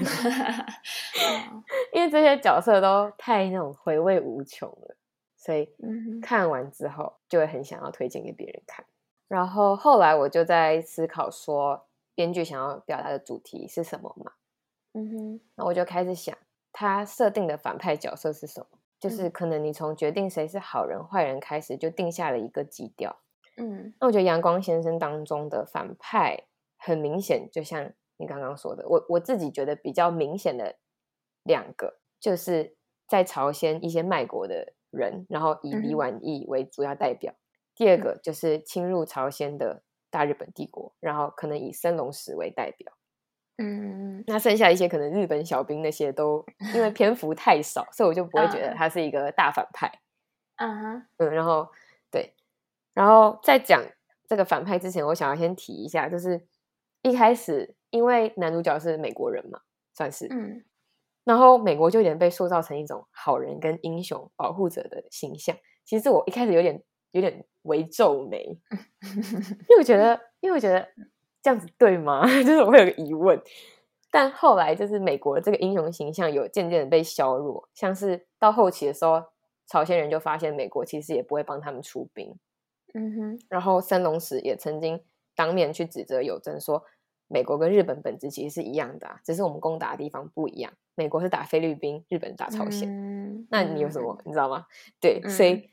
[SPEAKER 1] 哦
[SPEAKER 2] 因为这些角色都太那种回味无穷了，所以
[SPEAKER 1] 嗯哼
[SPEAKER 2] 看完之后就会很想要推荐给别人看。然后后来我就在思考说，编剧想要表达的主题是什么嘛？
[SPEAKER 1] 嗯哼
[SPEAKER 2] 那我就开始想，他设定的反派角色是什么？就是
[SPEAKER 1] 嗯
[SPEAKER 2] 可能你从决定谁是好人坏人开始，就定下了一个基调。
[SPEAKER 1] 嗯
[SPEAKER 2] 那我觉得《阳光先生》当中的反派很明显，就像你刚刚说的，我我自己觉得比较明显的两个，就是在朝鲜一些卖国的人，然后以
[SPEAKER 1] 嗯
[SPEAKER 2] 李
[SPEAKER 1] 哼嗯
[SPEAKER 2] 婉义为主要代表；第二个就是侵入朝鲜的大日本帝国，然后可能以升龙石为代表。
[SPEAKER 1] 嗯
[SPEAKER 2] 那剩下一些可能日本小兵那些都 因为篇幅太少，所以我就不会觉得
[SPEAKER 1] 嗯
[SPEAKER 2] 他是一个大反派。
[SPEAKER 1] 嗯哼
[SPEAKER 2] 嗯，然后对，然后在讲这个反派之前，我想要先提一下，就是一开始因为男主角是美国人嘛，算是，
[SPEAKER 1] 嗯
[SPEAKER 2] 然后美国就有点被塑造成一种好人跟英雄保护者的形象。其实我一开始有点有点微皱眉，因为我觉得，因为我觉得这样子对吗？ 就是我会有个疑问。但后来就是美国这个英雄形象有渐渐的被削弱，像是到后期的时候，朝鲜人就发现美国其实也不会帮他们出兵，
[SPEAKER 1] 嗯哼
[SPEAKER 2] 然后森龙史也曾经当面去指责有真说，美国跟日本本质其实是一样的、啊，只是我们攻打的地方不一样。美国是打菲律宾，日本打朝鲜，
[SPEAKER 1] 嗯
[SPEAKER 2] 那你有什么？你知道吗？对，所
[SPEAKER 1] 嗯
[SPEAKER 2] 以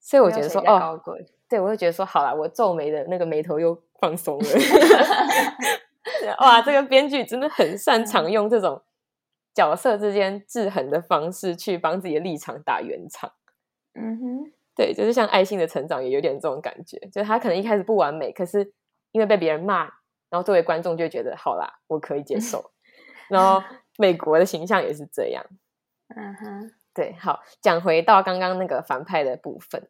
[SPEAKER 2] 所以我
[SPEAKER 1] 没有
[SPEAKER 2] 觉得
[SPEAKER 1] 谁
[SPEAKER 2] 说
[SPEAKER 1] 比较高
[SPEAKER 2] 哦，
[SPEAKER 1] 贵
[SPEAKER 2] 对我就觉得说好了，我皱眉的那个眉头又放松 了。哇，这个编剧真的很擅
[SPEAKER 1] 嗯
[SPEAKER 2] 长用这种角色之间制衡的方式去帮自己的立场打圆场。
[SPEAKER 1] 嗯哼
[SPEAKER 2] 对，就是像爱心的成长也有点这种感觉，就是他可能一开始不完美，可是因为被别人骂，然后作为观众就会觉得好啦，我可以接受。然后美国的形象也是这样。
[SPEAKER 1] 嗯哼
[SPEAKER 2] 对，好，讲回到刚刚那个反派的部分，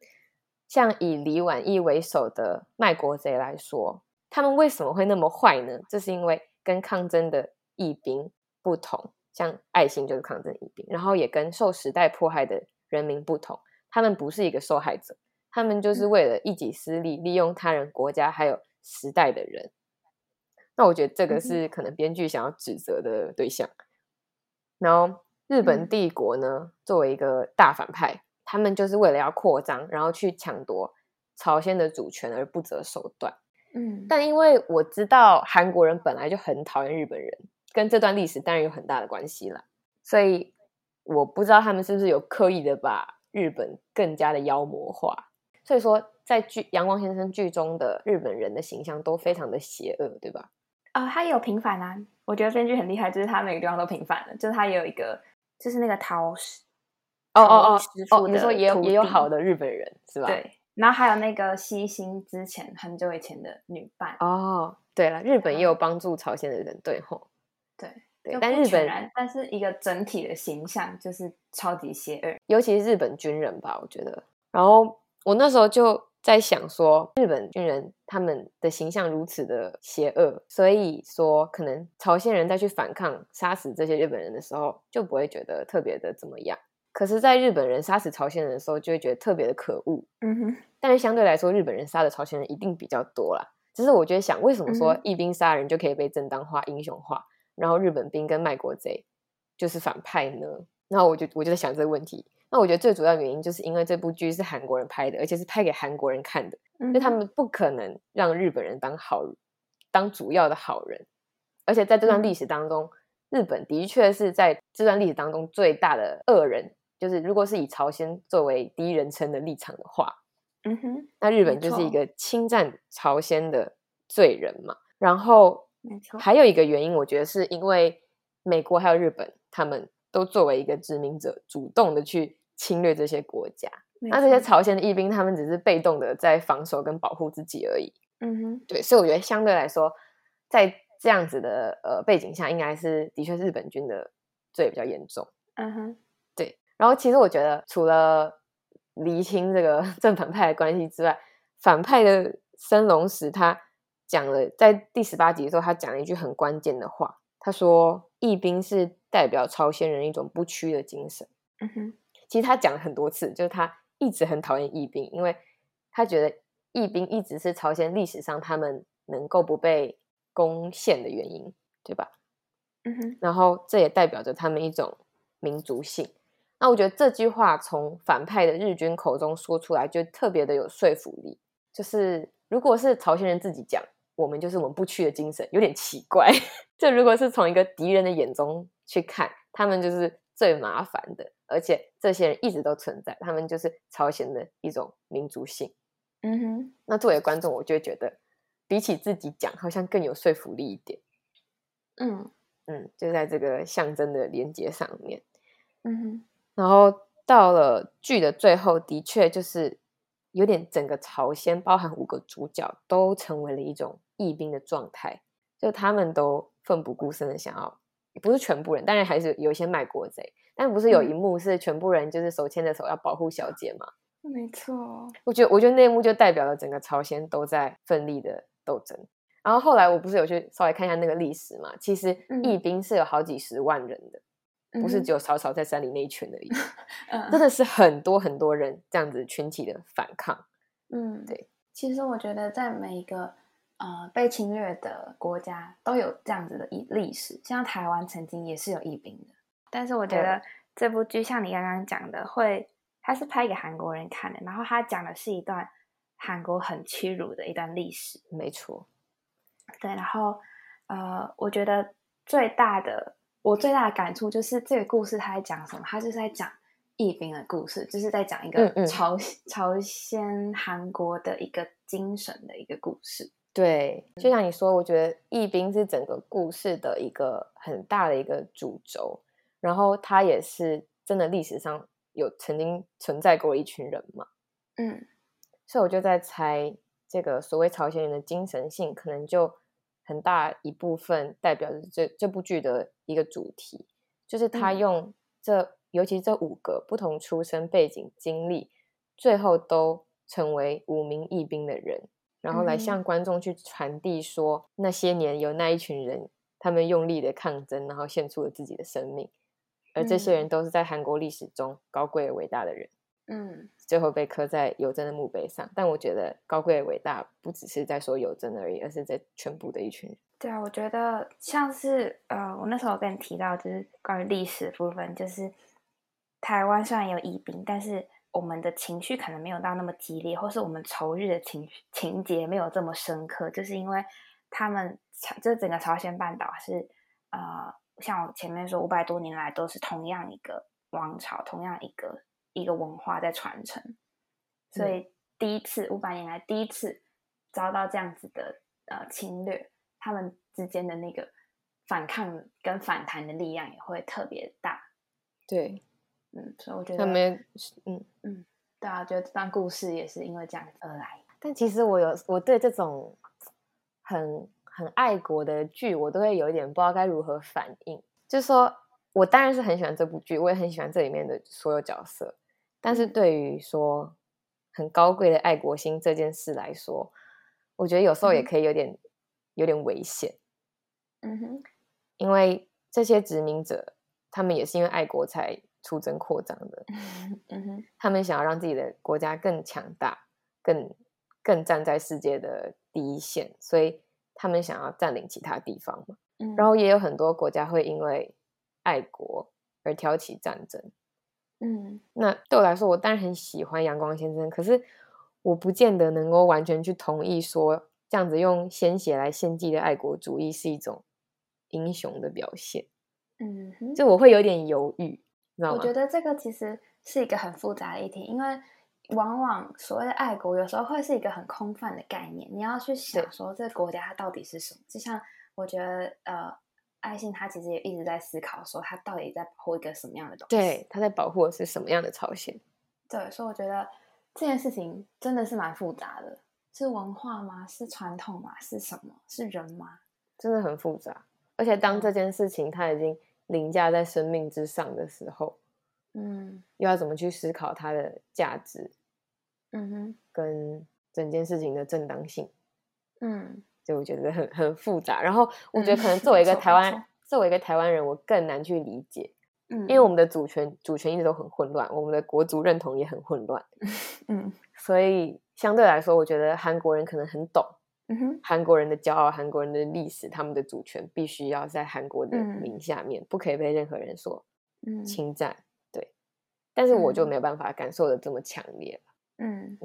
[SPEAKER 2] 像以李婉义为首的卖国贼来说，他们为什么会那么坏呢？这是因为跟抗争的义兵不同，像爱心就是抗争义兵，然后也跟受时代迫害的人民不同，他们不是一个受害者，他
[SPEAKER 1] 嗯
[SPEAKER 2] 们就是为了一己私利，利用他人国家还有时代的人。那我觉得这
[SPEAKER 1] 嗯
[SPEAKER 2] 个
[SPEAKER 1] 哼
[SPEAKER 2] 是可能编剧想要指责的对象。然后日本
[SPEAKER 1] 嗯
[SPEAKER 2] 帝国呢，作为一个大反派，他们就是为了要扩张，然后去抢夺朝鲜的主权而不择手段。
[SPEAKER 1] 嗯，
[SPEAKER 2] 但因为我知道韩国人本来就很讨厌日本人，跟这段历史当然有很大的关系啦，所以我不知道他们是不是有刻意的把日本更加的妖魔化。所以说，在剧《阳光先生》剧中的日本人的形象都非常的邪恶，对吧？
[SPEAKER 1] 哦，他也有平反啊。我觉得编剧很厉害，就是他每个地方都平反了，就是他也有一个，就是那个陶师，
[SPEAKER 2] 哦哦哦
[SPEAKER 1] 陶师
[SPEAKER 2] 哦，
[SPEAKER 1] 傅
[SPEAKER 2] 你说
[SPEAKER 1] 的
[SPEAKER 2] 也有
[SPEAKER 1] 徒
[SPEAKER 2] 也有
[SPEAKER 1] 弟
[SPEAKER 2] 好的日本人是吧？，
[SPEAKER 1] 对，然后还有那个西星之前很久以前的女伴，
[SPEAKER 2] 哦，对了，日本也有帮助朝鲜的人，对吼，
[SPEAKER 1] 对
[SPEAKER 2] 对
[SPEAKER 1] 就，
[SPEAKER 2] 但
[SPEAKER 1] 不
[SPEAKER 2] 日
[SPEAKER 1] 全
[SPEAKER 2] 本
[SPEAKER 1] 然，但是一个整体的形象就是超级邪恶。
[SPEAKER 2] 尤其是日本军人吧，我觉得。然后我那时候就在想说，日本军人他们的形象如此的邪恶，所以说可能朝鲜人再去反抗、杀死这些日本人的时候，就不会觉得特别的怎么样。可是，在日本人杀死朝鲜人的时候，就会觉得特别的可恶。
[SPEAKER 1] 嗯哼，
[SPEAKER 2] 但是相对来说，日本人杀的朝鲜人一定比较多啦。只是我觉得想，为什么说
[SPEAKER 1] 嗯
[SPEAKER 2] 义兵杀人就可以被正当化、英雄化，然后日本兵跟卖国贼就是反派呢？然后我就我就在想这个问题。那我觉得最主要原因就是因为这部剧是韩国人拍的，而且是拍给韩国人看的，
[SPEAKER 1] 嗯
[SPEAKER 2] 所以他
[SPEAKER 1] 哼
[SPEAKER 2] 们不可能让日本人当好当主要的好人。而且在这
[SPEAKER 1] 嗯
[SPEAKER 2] 段历史当中，日本的确是在这段历史当中最大的恶人。就是如果是以朝鲜作为第一人称的立场的话，
[SPEAKER 1] 嗯哼，
[SPEAKER 2] 那日本
[SPEAKER 1] 没
[SPEAKER 2] 就是一
[SPEAKER 1] 错
[SPEAKER 2] 个侵占朝鲜的罪人嘛。然后
[SPEAKER 1] 没错，
[SPEAKER 2] 还有一个原因，我觉得是因为美国还有日本，他们都作为一个殖民者，主动的去侵略这些国家。
[SPEAKER 1] 没
[SPEAKER 2] 那这些
[SPEAKER 1] 错
[SPEAKER 2] 朝鲜的义兵，他们只是被动的在防守跟保护自己而已。
[SPEAKER 1] 嗯哼，
[SPEAKER 2] 对，所以我觉得相对来说，在这样子的呃背景下，应该是的确日本军的罪比较严重。
[SPEAKER 1] 嗯哼，
[SPEAKER 2] 对，然后其实我觉得除了厘清这个 正反派的关系之外，反派的升龙石他讲了，在第十八集的时候，他讲了一句很关键的话，他说：“义兵是代表朝鲜人一种不屈的精神。”
[SPEAKER 1] 嗯哼，
[SPEAKER 2] 其实他讲了很多次，就是他一直很讨厌义兵，因为他觉得义兵一直是朝鲜历史上他们能够不被攻陷的原因，对吧？
[SPEAKER 1] 嗯哼，
[SPEAKER 2] 然后这也代表着他们一种民族性。那我觉得这句话从反派的日军口中说出来，就特别的有说服力。就是如果是朝鲜人自己讲，我们就是我们不屈的精神，有点奇怪。 这如果是从一个敌人的眼中去看，他们就是最麻烦的，而且这些人一直都存在，他们就是朝鲜的一种民族性。
[SPEAKER 1] 嗯哼，
[SPEAKER 2] 那作为观众，我就会觉得，比起自己讲，好像更有说服力一点。
[SPEAKER 1] 嗯
[SPEAKER 2] 嗯，就在这个象征的连接上面。
[SPEAKER 1] 嗯哼，
[SPEAKER 2] 然后到了剧的最后，的确就是有点整个朝鲜，包含五个主角都成为了一种义兵的状态，就他们都奋不顾身的想要，不是全部人，当然还是有一些卖国贼，但不是
[SPEAKER 1] 嗯
[SPEAKER 2] 有一幕是全部人就是手牵着手要保护小姐嘛？
[SPEAKER 1] 没错，
[SPEAKER 2] 我觉得，我觉得那一幕就代表了整个朝鲜都在奋力的斗争。然后后来我不是有去稍微看一下那个历史嘛？其实
[SPEAKER 1] 嗯
[SPEAKER 2] 义兵是有好几十万人的，不是
[SPEAKER 1] 嗯哼
[SPEAKER 2] 只有少少在山里那一群而已。
[SPEAKER 1] 嗯
[SPEAKER 2] 真的是很多很多人这样子群体的反抗。
[SPEAKER 1] 嗯，
[SPEAKER 2] 对。
[SPEAKER 1] 其实我觉得，在每一个呃被侵略的国家都有这样子的一历史，像台湾曾经也是有义兵的。但是我觉
[SPEAKER 2] 对
[SPEAKER 1] 得这部剧像你刚刚讲的，会它是拍给韩国人看的，然后它讲的是一段韩国很屈辱的一段历史。
[SPEAKER 2] 没错，
[SPEAKER 1] 对，然后呃，我觉得最大的我最大的感触就是这个故事它在讲什么？它就是在讲义兵的故事，就是在讲一
[SPEAKER 2] 嗯嗯
[SPEAKER 1] 个朝、朝鲜韩国的一个精神的一个故事。
[SPEAKER 2] 对，就像你说，我觉得义兵是整个故事的一个很大的一个主轴，然后他也是真的历史上有曾经存在过一群人嘛，
[SPEAKER 1] 嗯
[SPEAKER 2] 所以我就在猜，这个所谓朝鲜人的精神性，可能就很大一部分代表着这这部剧的一个主题，就是他
[SPEAKER 1] 嗯
[SPEAKER 2] 用这、尤其这五个不同出身背景经历，最后都成为五名义兵的人，然后来
[SPEAKER 1] 嗯
[SPEAKER 2] 向观众去传递说，那些年有那一群人，他们用力的抗争，然后献出了自己的生命，而这
[SPEAKER 1] 嗯
[SPEAKER 2] 些人都是在韩国历史中高贵而伟大的人。
[SPEAKER 1] 嗯
[SPEAKER 2] 最后被刻在尤真的墓碑上。但我觉得高贵伟大不只是在说尤真而已，而是在全部的一群人。
[SPEAKER 1] 对啊，我觉得像是呃，我那时候有跟你提到，就是关于历史部分，就是台湾虽然有移民，但是我们的情绪可能没有到那么激烈，或是我们仇日的情情节没有这么深刻，就是因为他们朝这整个朝鲜半岛是呃，像我前面说五百多年来都是同样一个王朝，同样一个一个文化在传承，所
[SPEAKER 2] 嗯
[SPEAKER 1] 以第一次五百年来第一次遭到这样子的呃侵略，他们之间的那个反抗跟反弹的力量也会特别大。
[SPEAKER 2] 对
[SPEAKER 1] 嗯，所以我觉得
[SPEAKER 2] 他们，嗯，
[SPEAKER 1] 对啊，觉得这段故事也是因为这样而来。
[SPEAKER 2] 但其实我有我对这种很很爱国的剧，我都会有一点不知道该如何反应。就是说我当然是很喜欢这部剧，我也很喜欢这里面的所有角色，但是对于说很高贵的爱国心这件事来说，我觉得有时候也
[SPEAKER 1] 嗯
[SPEAKER 2] 可以有点、有点危险，
[SPEAKER 1] 嗯哼，
[SPEAKER 2] 因为这些殖民者他们也是因为爱国才出征扩张的，
[SPEAKER 1] 嗯哼，
[SPEAKER 2] 他们想要让自己的国家更强大，更更站在世界的第一线，所以他们想要占领其他地方嘛。
[SPEAKER 1] 嗯，
[SPEAKER 2] 然后也有很多国家会因为爱国而挑起战争。
[SPEAKER 1] 嗯
[SPEAKER 2] 那对我来说，我当然很喜欢阳光先生，可是我不见得能够完全去同意说这样子用鲜血来献祭的爱国主义是一种英雄的表现，
[SPEAKER 1] 嗯哼，
[SPEAKER 2] 就我会有点犹豫，你知道
[SPEAKER 1] 我
[SPEAKER 2] 吗
[SPEAKER 1] 觉？得这个其实是一个很复杂的议题，因为往往所谓的爱国，有时候会是一个很空泛的概念。你要去想
[SPEAKER 2] 对
[SPEAKER 1] 说这个国家它到底是什么？就像我觉得呃，爱信他其实也一直在思考说他到底在保护一个什么样的东西。
[SPEAKER 2] 对，他在保护的是什么样的朝鲜？
[SPEAKER 1] 对，所以我觉得这件事情真的是蛮复杂的，是文化吗？是传统吗？是什么？是人吗？
[SPEAKER 2] 真的很复杂。而且当
[SPEAKER 1] 嗯
[SPEAKER 2] 这件事情它已经凌驾在生命之上的时候，
[SPEAKER 1] 嗯
[SPEAKER 2] 又要怎么去思考它的价值
[SPEAKER 1] 嗯哼
[SPEAKER 2] 跟整件事情的正当性？
[SPEAKER 1] 嗯
[SPEAKER 2] 所以我觉得很很复杂。然后我觉得可能
[SPEAKER 1] 嗯
[SPEAKER 2] 作为一 个
[SPEAKER 1] 没错
[SPEAKER 2] 台湾，
[SPEAKER 1] 没错
[SPEAKER 2] 作为一个台湾人，我更难去理解，
[SPEAKER 1] 嗯，
[SPEAKER 2] 因为我们的主权主权一直都很混乱，我们的国族认同也很混乱，
[SPEAKER 1] 嗯
[SPEAKER 2] 所以相对来说，我觉得韩国人可能很懂。
[SPEAKER 1] 嗯哼
[SPEAKER 2] 韩国人的骄傲，韩国人的历史，他们的主权必须要在韩国的
[SPEAKER 1] 嗯
[SPEAKER 2] 名下面，不可以被任何人所
[SPEAKER 1] 嗯
[SPEAKER 2] 侵占，对。但是我就
[SPEAKER 1] 嗯
[SPEAKER 2] 没有办法感受的这么强烈，
[SPEAKER 1] 嗯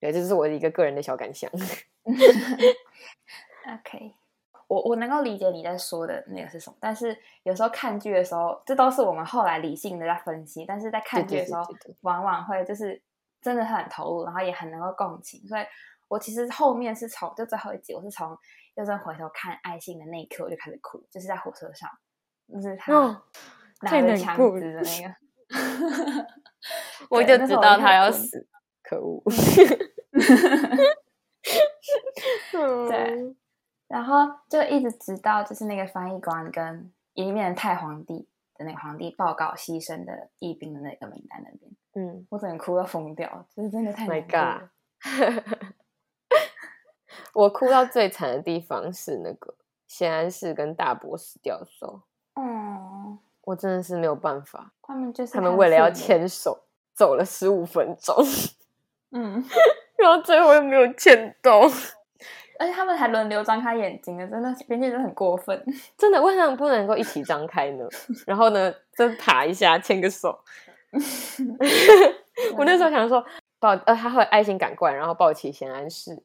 [SPEAKER 2] 对，这是我的一个个人的小感想。
[SPEAKER 1] ，OK。我我能够理解你在说的那个是什么，但是有时候看剧的时候，这都是我们后来理性的在分析，但是在看剧
[SPEAKER 2] 对
[SPEAKER 1] 的
[SPEAKER 2] 对
[SPEAKER 1] 时候，
[SPEAKER 2] 对对对
[SPEAKER 1] 往往会就是真的很投入，然后也很能够共情。所以我其实后面是从就最后一集，我是从又正回头看爱信的那一刻我就开始哭，就是在火车上，就是他
[SPEAKER 2] 哦
[SPEAKER 1] 拿
[SPEAKER 2] 太
[SPEAKER 1] 着
[SPEAKER 2] 难
[SPEAKER 1] 枪
[SPEAKER 2] 过了
[SPEAKER 1] 支的那个，
[SPEAKER 2] 哦我就
[SPEAKER 1] 对那
[SPEAKER 2] 知
[SPEAKER 1] 时候
[SPEAKER 2] 道
[SPEAKER 1] 就
[SPEAKER 2] 他要
[SPEAKER 1] 哭
[SPEAKER 2] 死，可恶。
[SPEAKER 1] 嗯
[SPEAKER 2] 嗯
[SPEAKER 1] 对，然后就一直直到就是那个翻译官跟已经变成太皇帝的那个皇帝报告牺牲的义兵的那个名单那边，
[SPEAKER 2] 嗯
[SPEAKER 1] 我整个哭到疯掉，就是真的太难
[SPEAKER 2] ，My
[SPEAKER 1] 过了
[SPEAKER 2] God，我哭到最惨的地方是那个咸安市跟大伯死掉的时候，
[SPEAKER 1] 嗯，
[SPEAKER 2] 我真的是没有办法。
[SPEAKER 1] 他们就是
[SPEAKER 2] 他们为了要
[SPEAKER 1] 父母，
[SPEAKER 2] 牵手走了十五分钟，
[SPEAKER 1] 嗯，
[SPEAKER 2] 然后最后又没有牵动。
[SPEAKER 1] 而且他们还轮流张开眼睛了，真的编剧真的很过分。
[SPEAKER 2] 真的，为什么不能够一起张开 呢？然后呢，就爬一下，牵个手。 我那时候想说，抱呃，他会爱心感冠，然后抱起贤安氏。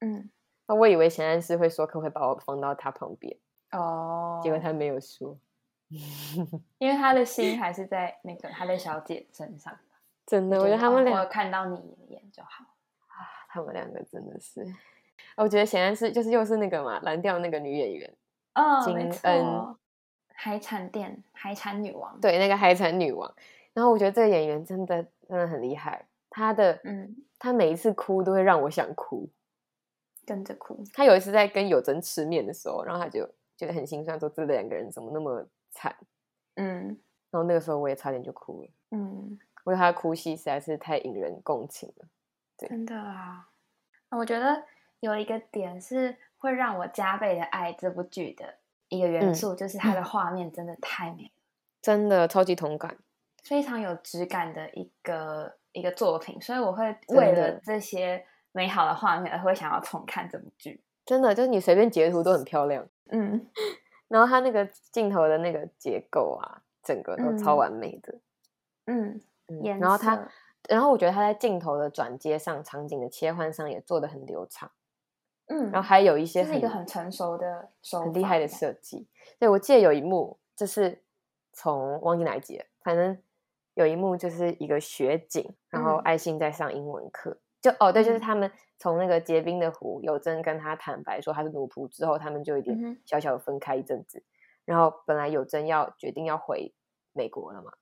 [SPEAKER 1] 嗯，
[SPEAKER 2] 那我以为贤安氏会说，可不可以把我放到他旁边？
[SPEAKER 1] 哦，
[SPEAKER 2] 结果他没有说，
[SPEAKER 1] 因为他的心还是在那个他的小姐身上，
[SPEAKER 2] 真的，
[SPEAKER 1] 就
[SPEAKER 2] 我
[SPEAKER 1] 是
[SPEAKER 2] 觉得他
[SPEAKER 1] 哦
[SPEAKER 2] 们
[SPEAKER 1] 我
[SPEAKER 2] 俩，
[SPEAKER 1] 有看到你一眼就好。
[SPEAKER 2] 他们两个真的是，啊我觉得贤安氏就是又是那个嘛，蓝调那个女演员，
[SPEAKER 1] 嗯，
[SPEAKER 2] 金
[SPEAKER 1] 没错
[SPEAKER 2] 恩，
[SPEAKER 1] 海产店海产女王，，
[SPEAKER 2] 对，那个海产女王。然后我觉得这个演员真的真的很厉害，她的
[SPEAKER 1] 嗯，
[SPEAKER 2] 她每一次哭都会让我想哭。
[SPEAKER 1] 跟着哭，
[SPEAKER 2] 他有一次在跟友真吃面的时候，然后他就觉得很心酸，说这两个人怎么那么惨。
[SPEAKER 1] 嗯
[SPEAKER 2] 然后那个时候我也差点就哭了，
[SPEAKER 1] 嗯，
[SPEAKER 2] 因为他的哭戏实在是太引人共情了。
[SPEAKER 1] 真的啊，我觉得有一个点是会让我加倍的爱这部剧的一个元
[SPEAKER 2] 嗯
[SPEAKER 1] 素，就是它的画面真的太美了，
[SPEAKER 2] 真的超级同感，
[SPEAKER 1] 非常有质感的一个一个作品，所以我会为了
[SPEAKER 2] 真的
[SPEAKER 1] 这些美好的画面而会想要重看这部剧。
[SPEAKER 2] 真的就是你随便截图都很漂亮。
[SPEAKER 1] 嗯，
[SPEAKER 2] 然后它那个镜头的那个结构啊，整个都超
[SPEAKER 1] 嗯
[SPEAKER 2] 完美的。
[SPEAKER 1] 嗯，
[SPEAKER 2] 嗯
[SPEAKER 1] 颜
[SPEAKER 2] 然后它，
[SPEAKER 1] 色
[SPEAKER 2] 然后我觉得它在镜头的转接上、场景的切换上也做的很流畅。
[SPEAKER 1] 嗯，
[SPEAKER 2] 然后还有一些
[SPEAKER 1] 这是一
[SPEAKER 2] 很
[SPEAKER 1] 个很成熟的手法，
[SPEAKER 2] 很厉害的设计。对，我记得有一幕，就是从忘记哪一集了，反正有一幕就是一个雪景，然后
[SPEAKER 1] 嗯
[SPEAKER 2] 爱信在上英文课，就哦对，就是
[SPEAKER 1] 嗯
[SPEAKER 2] 他们从那个结冰的湖，有真跟他坦白说他是奴仆之后，他们就有
[SPEAKER 1] 嗯
[SPEAKER 2] 点
[SPEAKER 1] 哼
[SPEAKER 2] 小小的分开一阵子。然后本来有真要决定要回美国了嘛，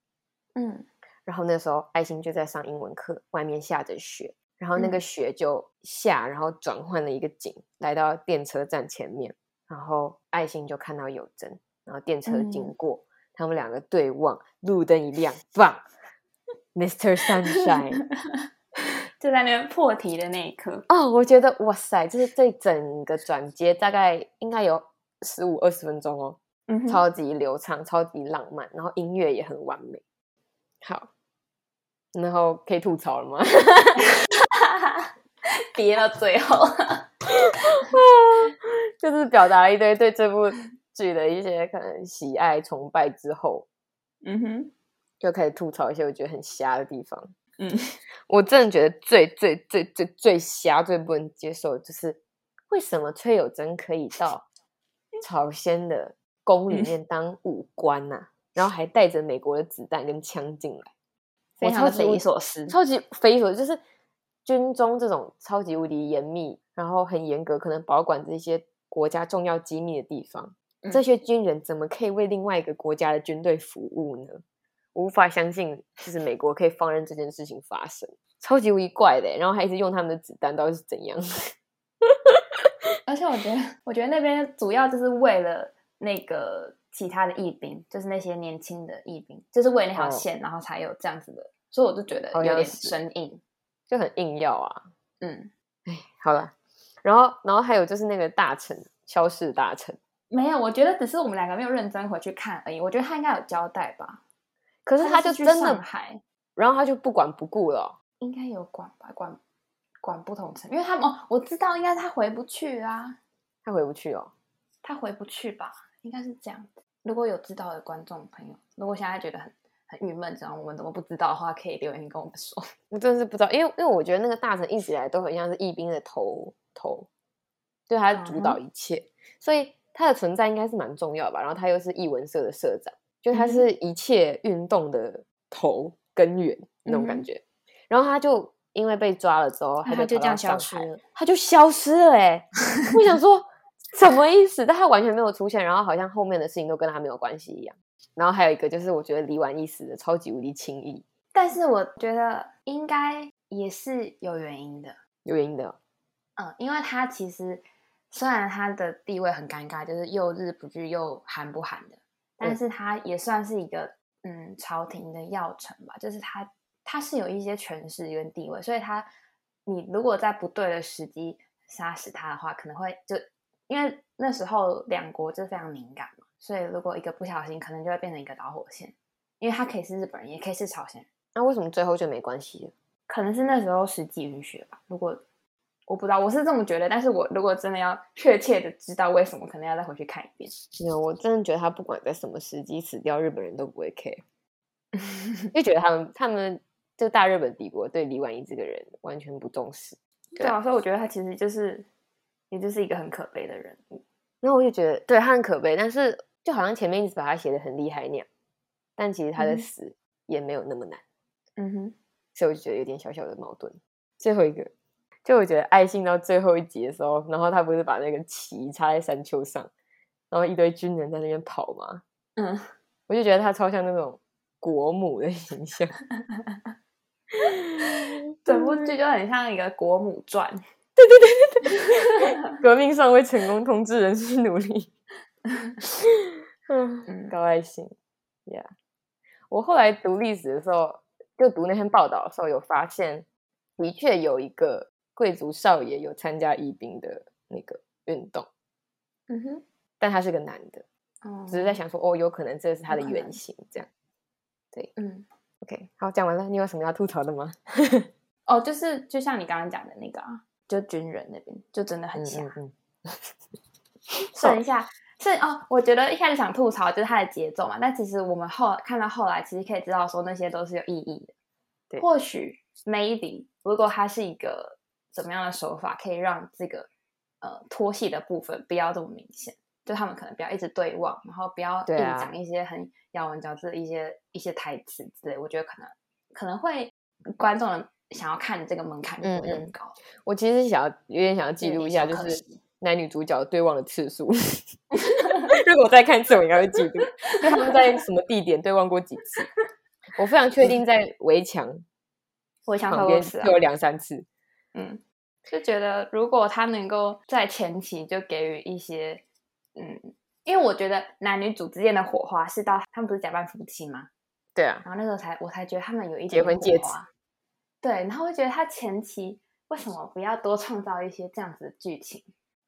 [SPEAKER 1] 嗯
[SPEAKER 2] 然后那时候爱心就在上英文课，外面下着雪，然后那个
[SPEAKER 1] 嗯
[SPEAKER 2] 雪就下，然后转换了一个景，来到电车站前面，然后爱心就看到有真，然后电车经
[SPEAKER 1] 嗯
[SPEAKER 2] 过，他们两个对望，路灯一亮，棒，Mr. Sunshine。
[SPEAKER 1] 就在那边破题的那一刻，
[SPEAKER 2] 哦，我觉得哇塞，就是这整个转接大概应该有十五二十分钟哦，
[SPEAKER 1] 嗯 哼，
[SPEAKER 2] 超级流畅，超级浪漫，然后音乐也很完美。好，然后可以吐槽了吗？
[SPEAKER 1] 憋到最后，
[SPEAKER 2] 就是表达了一堆对这部剧的一些可能喜爱、崇拜之后，
[SPEAKER 1] 嗯哼，
[SPEAKER 2] 就开始吐槽一些我觉得很瞎的地方。
[SPEAKER 1] 嗯，
[SPEAKER 2] 我真的觉得最最最最最瞎、最不能接受的就是为什么崔友贞可以到朝鲜的宫里
[SPEAKER 1] 嗯
[SPEAKER 2] 面当武官呐、然后还带着美国的子弹跟枪进来。
[SPEAKER 1] 非常的
[SPEAKER 2] 超级
[SPEAKER 1] 匪夷所思，
[SPEAKER 2] 超级匪夷所思，就是军中这种超级无敌严密，然后很严格，可能保管这些国家重要机密的地方，
[SPEAKER 1] 嗯
[SPEAKER 2] 这些军人怎么可以为另外一个国家的军队服务呢？无法相信，就是美国可以放任这件事情发生，超级无敌怪的欸。然后还一直用他们的 子弹，到底是怎样？
[SPEAKER 1] 而且我觉得，我觉得那边主要就是为了那个其他的义兵，就是那些年轻的义兵，就是为了那条
[SPEAKER 2] 哦
[SPEAKER 1] 线，然后才有这样子的，所以我就觉得
[SPEAKER 2] 好
[SPEAKER 1] 有
[SPEAKER 2] 像
[SPEAKER 1] 点
[SPEAKER 2] 是
[SPEAKER 1] 生硬。
[SPEAKER 2] 就很硬要啊。
[SPEAKER 1] 嗯，
[SPEAKER 2] 哎，好了，然后然后还有就是那个大臣，萧氏大臣。
[SPEAKER 1] 没有，我觉得只是我们两个没有认真回去看而已。我觉得他应该有交代吧，
[SPEAKER 2] 可是他
[SPEAKER 1] 是
[SPEAKER 2] 就
[SPEAKER 1] 去
[SPEAKER 2] 真
[SPEAKER 1] 上
[SPEAKER 2] 的，
[SPEAKER 1] 海
[SPEAKER 2] 然后他就不管不顾了哦、
[SPEAKER 1] 应该有管吧，管管不同层，因为他们哦，我知道应该是他回不去啊，
[SPEAKER 2] 他回不去哦。
[SPEAKER 1] 他回不去吧，应该是这样子。如果有知道的观众朋友，如果现在觉得很很郁闷，然后我们怎么不知道的话，可以留言跟我们说。
[SPEAKER 2] 我真的是不知道，因为因为我觉得那个大臣一直以来都很像是义兵的头头，对他主
[SPEAKER 1] 嗯
[SPEAKER 2] 导一切，所以他的存在应该是蛮重要吧。然后他又是义文社的社长，就他
[SPEAKER 1] 嗯哼
[SPEAKER 2] 是一切运动的头根源那种
[SPEAKER 1] 嗯
[SPEAKER 2] 感
[SPEAKER 1] 哼
[SPEAKER 2] 觉。然后他就因为被抓了之后，
[SPEAKER 1] 那他就
[SPEAKER 2] 就逃
[SPEAKER 1] 这样
[SPEAKER 2] 到上
[SPEAKER 1] 消失
[SPEAKER 2] 海
[SPEAKER 1] 了，
[SPEAKER 2] 他就消失 了、欸。我想说什么意思？但他完全没有出现，然后好像后面的事情都跟他没有关系一样。然后还有一个就是，我觉得李婉意死的超级无敌轻易，
[SPEAKER 1] 但是我觉得应该也是有原因的，
[SPEAKER 2] 有原因的哦。
[SPEAKER 1] 嗯，因为他其实虽然他的地位很尴尬，就是又日不日又韩不韩的，但
[SPEAKER 2] 嗯
[SPEAKER 1] 是他也算是一个嗯朝廷的要臣吧，就是他他是有一些权势跟地位，所以他你如果在不对的时机杀死他的话，可能会就因为那时候两国就非常敏感嘛，所以如果一个不小心，可能就会变成一个导火线，因为他可以是日本人，也可以是朝鲜人。
[SPEAKER 2] 那、为什么最后就没关系了？
[SPEAKER 1] 可能是那时候实际允许吧。如果我不知道，我是这么觉得，但是我如果真的要确切的知道为什么，可能要再回去看一遍。
[SPEAKER 2] 没有，我真的觉得他不管在什么时机死掉，日本人都不会 care，就觉得他们他们就大日本帝国对李婉仪这个人完全不重视。
[SPEAKER 1] 对啊，所以我觉得他其实就是，也就是一个很可悲的人物。
[SPEAKER 2] 然后我就觉得对他很可悲，但是就好像前面一直把他写的很厉害那样，但其实他的
[SPEAKER 1] 嗯哼
[SPEAKER 2] 死也没有那么难，
[SPEAKER 1] 嗯哼，
[SPEAKER 2] 所以我就觉得有点小小的矛盾。最后一个，就我觉得爱信到最后一集的时候，然后他不是把那个旗插在山丘上，然后一堆军人在那边跑吗？
[SPEAKER 1] 嗯，
[SPEAKER 2] 我就觉得她超像那种国母的形象。
[SPEAKER 1] 整部剧就很像一个国母传。
[SPEAKER 2] 革命尚未成功，统治人是努力。 嗯，
[SPEAKER 1] 嗯
[SPEAKER 2] 高爱心，Yeah。我后来读历史的时候，就读那篇报道的时候，有发现，的确有一个贵族少爷有参加义兵的那个运动，
[SPEAKER 1] 嗯哼，
[SPEAKER 2] 但他是个男的，
[SPEAKER 1] 哦
[SPEAKER 2] 只是在想说，哦，有可能这是他的
[SPEAKER 1] 有可能
[SPEAKER 2] 原型这样。
[SPEAKER 1] 嗯，
[SPEAKER 2] OK，好，讲完了，你有什么要吐槽的吗？
[SPEAKER 1] 哦，就是就像你刚刚讲的那个啊，就军人那边就真的很像。
[SPEAKER 2] 嗯嗯
[SPEAKER 1] 剩下剩哦，我觉得一开始想吐槽就是它的节奏嘛，但其实我们后看到后来，其实可以知道说那些都是有意义的。
[SPEAKER 2] 对
[SPEAKER 1] 或许 maybe 如果它是一个怎么样的手法，可以让这个呃脱戏的部分不要这么明显，就他们可能不要一直对望，然后不要
[SPEAKER 2] 对
[SPEAKER 1] 硬
[SPEAKER 2] 啊
[SPEAKER 1] 讲一些很咬文嚼字的一些一些台词之类，我觉得可能可能会观众的想要看的这个门槛就不会
[SPEAKER 2] 嗯嗯
[SPEAKER 1] 很高。
[SPEAKER 2] 嗯我其实是想要有点想要记
[SPEAKER 1] 有
[SPEAKER 2] 录一
[SPEAKER 1] 点
[SPEAKER 2] 下，
[SPEAKER 1] 小
[SPEAKER 2] 就
[SPEAKER 1] 可
[SPEAKER 2] 是
[SPEAKER 1] 惜
[SPEAKER 2] 男女主角对望的次 数。如果我再看一次，我应该会记录，就他们在什么地点对望过几次。我非常确定，在围 墙
[SPEAKER 1] 我也想
[SPEAKER 2] 旁
[SPEAKER 1] 说
[SPEAKER 2] 边
[SPEAKER 1] 如此啊
[SPEAKER 2] 就有两三次。
[SPEAKER 1] 嗯，就觉得如果他能够在前期就给予一些，嗯，因为我觉得男女主之间的火花是到他们不是假扮夫妻吗？
[SPEAKER 2] 对啊，
[SPEAKER 1] 然后那时候才我才觉得他们有一
[SPEAKER 2] 结
[SPEAKER 1] 点
[SPEAKER 2] 婚
[SPEAKER 1] 火
[SPEAKER 2] 戒指
[SPEAKER 1] 花，对，然后我觉得他前期为什么不要多创造一些这样子的剧情，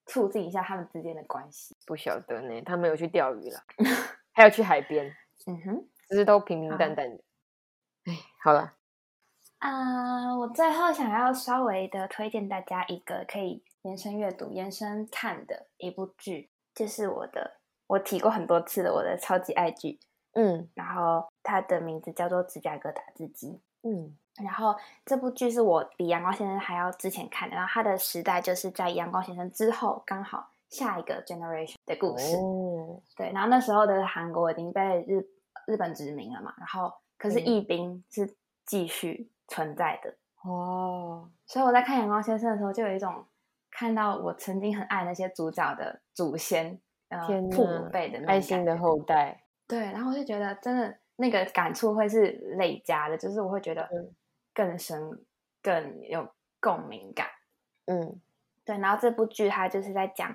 [SPEAKER 1] 促进一下他们之间的关系？
[SPEAKER 2] 不晓得呢，他们有去钓鱼 了，还有去海边，
[SPEAKER 1] 嗯哼，
[SPEAKER 2] 只是都平平
[SPEAKER 1] 啊
[SPEAKER 2] 淡淡的。哎、好了，
[SPEAKER 1] 啊、我最后想要稍微的推荐大家一个可以延伸阅读、延伸看的一部剧，就是我的我提过很多次的我的超级爱剧，
[SPEAKER 2] 嗯
[SPEAKER 1] 然后它的名字叫做《芝加哥打字机》。
[SPEAKER 2] 嗯，
[SPEAKER 1] 然后这部剧是我比《阳光先生》还要之前看的，然后它的时代就是在《阳光先生》之后，刚好下一个 generation 的故事。
[SPEAKER 2] 哦，
[SPEAKER 1] 对，然后那时候的韩国已经被日日本殖民了嘛，然后可是
[SPEAKER 2] 嗯
[SPEAKER 1] 义兵是继续存在的，
[SPEAKER 2] 哦，
[SPEAKER 1] 所以我在看《阳光先生》的时候，就有一种看到我曾经很爱那些主角的祖先，呃，
[SPEAKER 2] 天
[SPEAKER 1] 父
[SPEAKER 2] 呐
[SPEAKER 1] 母辈的那种
[SPEAKER 2] 爱
[SPEAKER 1] 感
[SPEAKER 2] 心
[SPEAKER 1] 觉
[SPEAKER 2] 的后代，
[SPEAKER 1] 对，然后我就觉得真的那个感触会是累加的，就是我会觉得
[SPEAKER 2] 嗯
[SPEAKER 1] 更深、更有共鸣感。
[SPEAKER 2] 嗯
[SPEAKER 1] 对，然后这部剧它就是在讲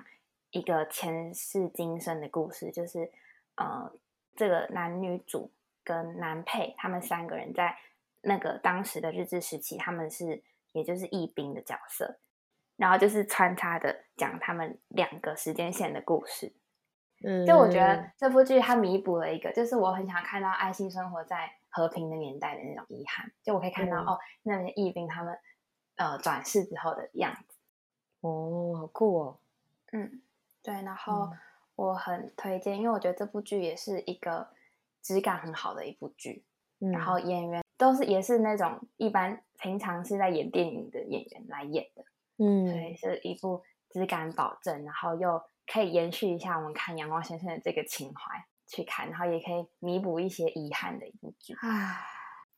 [SPEAKER 1] 一个前世今生的故事，就是呃，这个男女主跟男配他们三个人在那个当时的日治时期，他们是也就是义兵的角色，然后就是穿插的讲他们两个时间线的故事。
[SPEAKER 2] 嗯，
[SPEAKER 1] 就我觉得这部剧它弥补了一个，就是我很想看到爱心生活在和平的年代的那种遗憾。就我可以看到、
[SPEAKER 2] 嗯
[SPEAKER 1] 哦，那边义兵他们呃转世之后的样子。
[SPEAKER 2] 哦，好酷哦，
[SPEAKER 1] 嗯，对。然后
[SPEAKER 2] 嗯
[SPEAKER 1] 我很推荐，因为我觉得这部剧也是一个质感很好的一部剧，
[SPEAKER 2] 嗯、
[SPEAKER 1] 然后演员都是也是那种一般平常是在演电影的演员来演的，
[SPEAKER 2] 嗯，
[SPEAKER 1] 所以是一部质感保证，然后又可以延续一下我们看《阳光先生》的这个情怀去看，然后也可以弥补一些遗憾的一部剧。
[SPEAKER 2] 唉，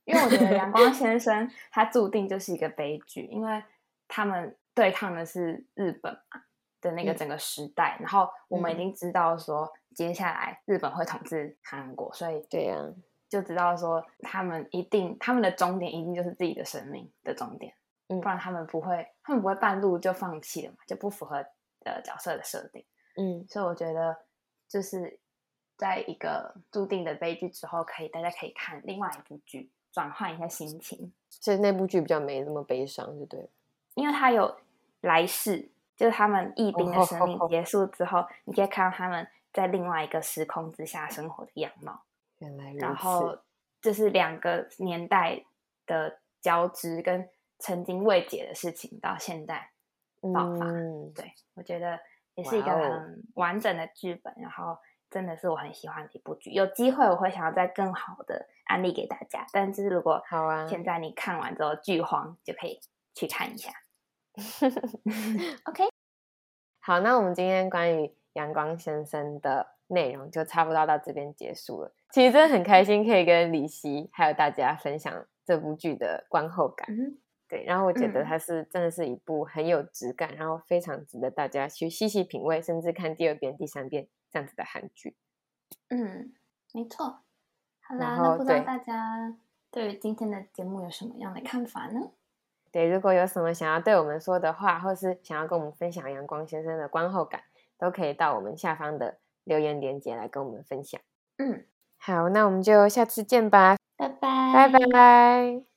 [SPEAKER 1] 因为我觉得《阳光 先生》他注定就是一个悲剧，因为他们对抗的是日本嘛的那个
[SPEAKER 2] 嗯
[SPEAKER 1] 整个时代，然后我们已
[SPEAKER 2] 嗯
[SPEAKER 1] 经知道说接下来日本会统治韩国，所以
[SPEAKER 2] 对呀、
[SPEAKER 1] 就知道说他们一定他们的终点一定就是自己的生命的终点，
[SPEAKER 2] 嗯
[SPEAKER 1] 不然他们不会他们不会半路就放弃了嘛，就不符合呃角色的设定。
[SPEAKER 2] 嗯
[SPEAKER 1] 所以我觉得就是在一个注定的悲剧之后，可以大家可以看另外一部剧，转换一下心情，
[SPEAKER 2] 所以那部剧比较没那么悲伤，就对了。
[SPEAKER 1] 因为它有来世，就是他们义兵的生命结束之后，你可以看到他们在另外一个时空之下生活的样貌，
[SPEAKER 2] 原来如此。
[SPEAKER 1] 然后就是两个年代的交织跟曾经未解的事情到现在爆发，
[SPEAKER 2] 嗯，
[SPEAKER 1] 对我觉得也是一个
[SPEAKER 2] 哇哦
[SPEAKER 1] 很完整的剧本，然后真的是我很喜欢的一部剧。有机会我会想要再更好的安利给大家，但就是如果
[SPEAKER 2] 好啊
[SPEAKER 1] 现在你看完之后剧荒就可以去看一下。OK，
[SPEAKER 2] 好，那我们今天关于阳光先生的内容就差不多到这边结束了。其实真的很开心可以跟李希还有大家分享这部剧的观后感。
[SPEAKER 1] 嗯，
[SPEAKER 2] 对，然后我觉得
[SPEAKER 1] 嗯
[SPEAKER 2] 它是、真的是一部很有质感，然后非常值得大家去细细品味，甚至看第二遍、第三遍这样子的韩剧。
[SPEAKER 1] 嗯，没错。好啦，
[SPEAKER 2] 然
[SPEAKER 1] 那
[SPEAKER 2] 后
[SPEAKER 1] 不知道
[SPEAKER 2] 对
[SPEAKER 1] 大家对于今天的节目有什么样的看法呢？
[SPEAKER 2] 对，如果有什么想要对我们说的话，或是想要跟我们分享阳光先生的观后感，都可以到我们下方的留言链接来跟我们分享。
[SPEAKER 1] 嗯，
[SPEAKER 2] 好，那我们就下次见吧，
[SPEAKER 1] 拜拜，
[SPEAKER 2] 拜拜。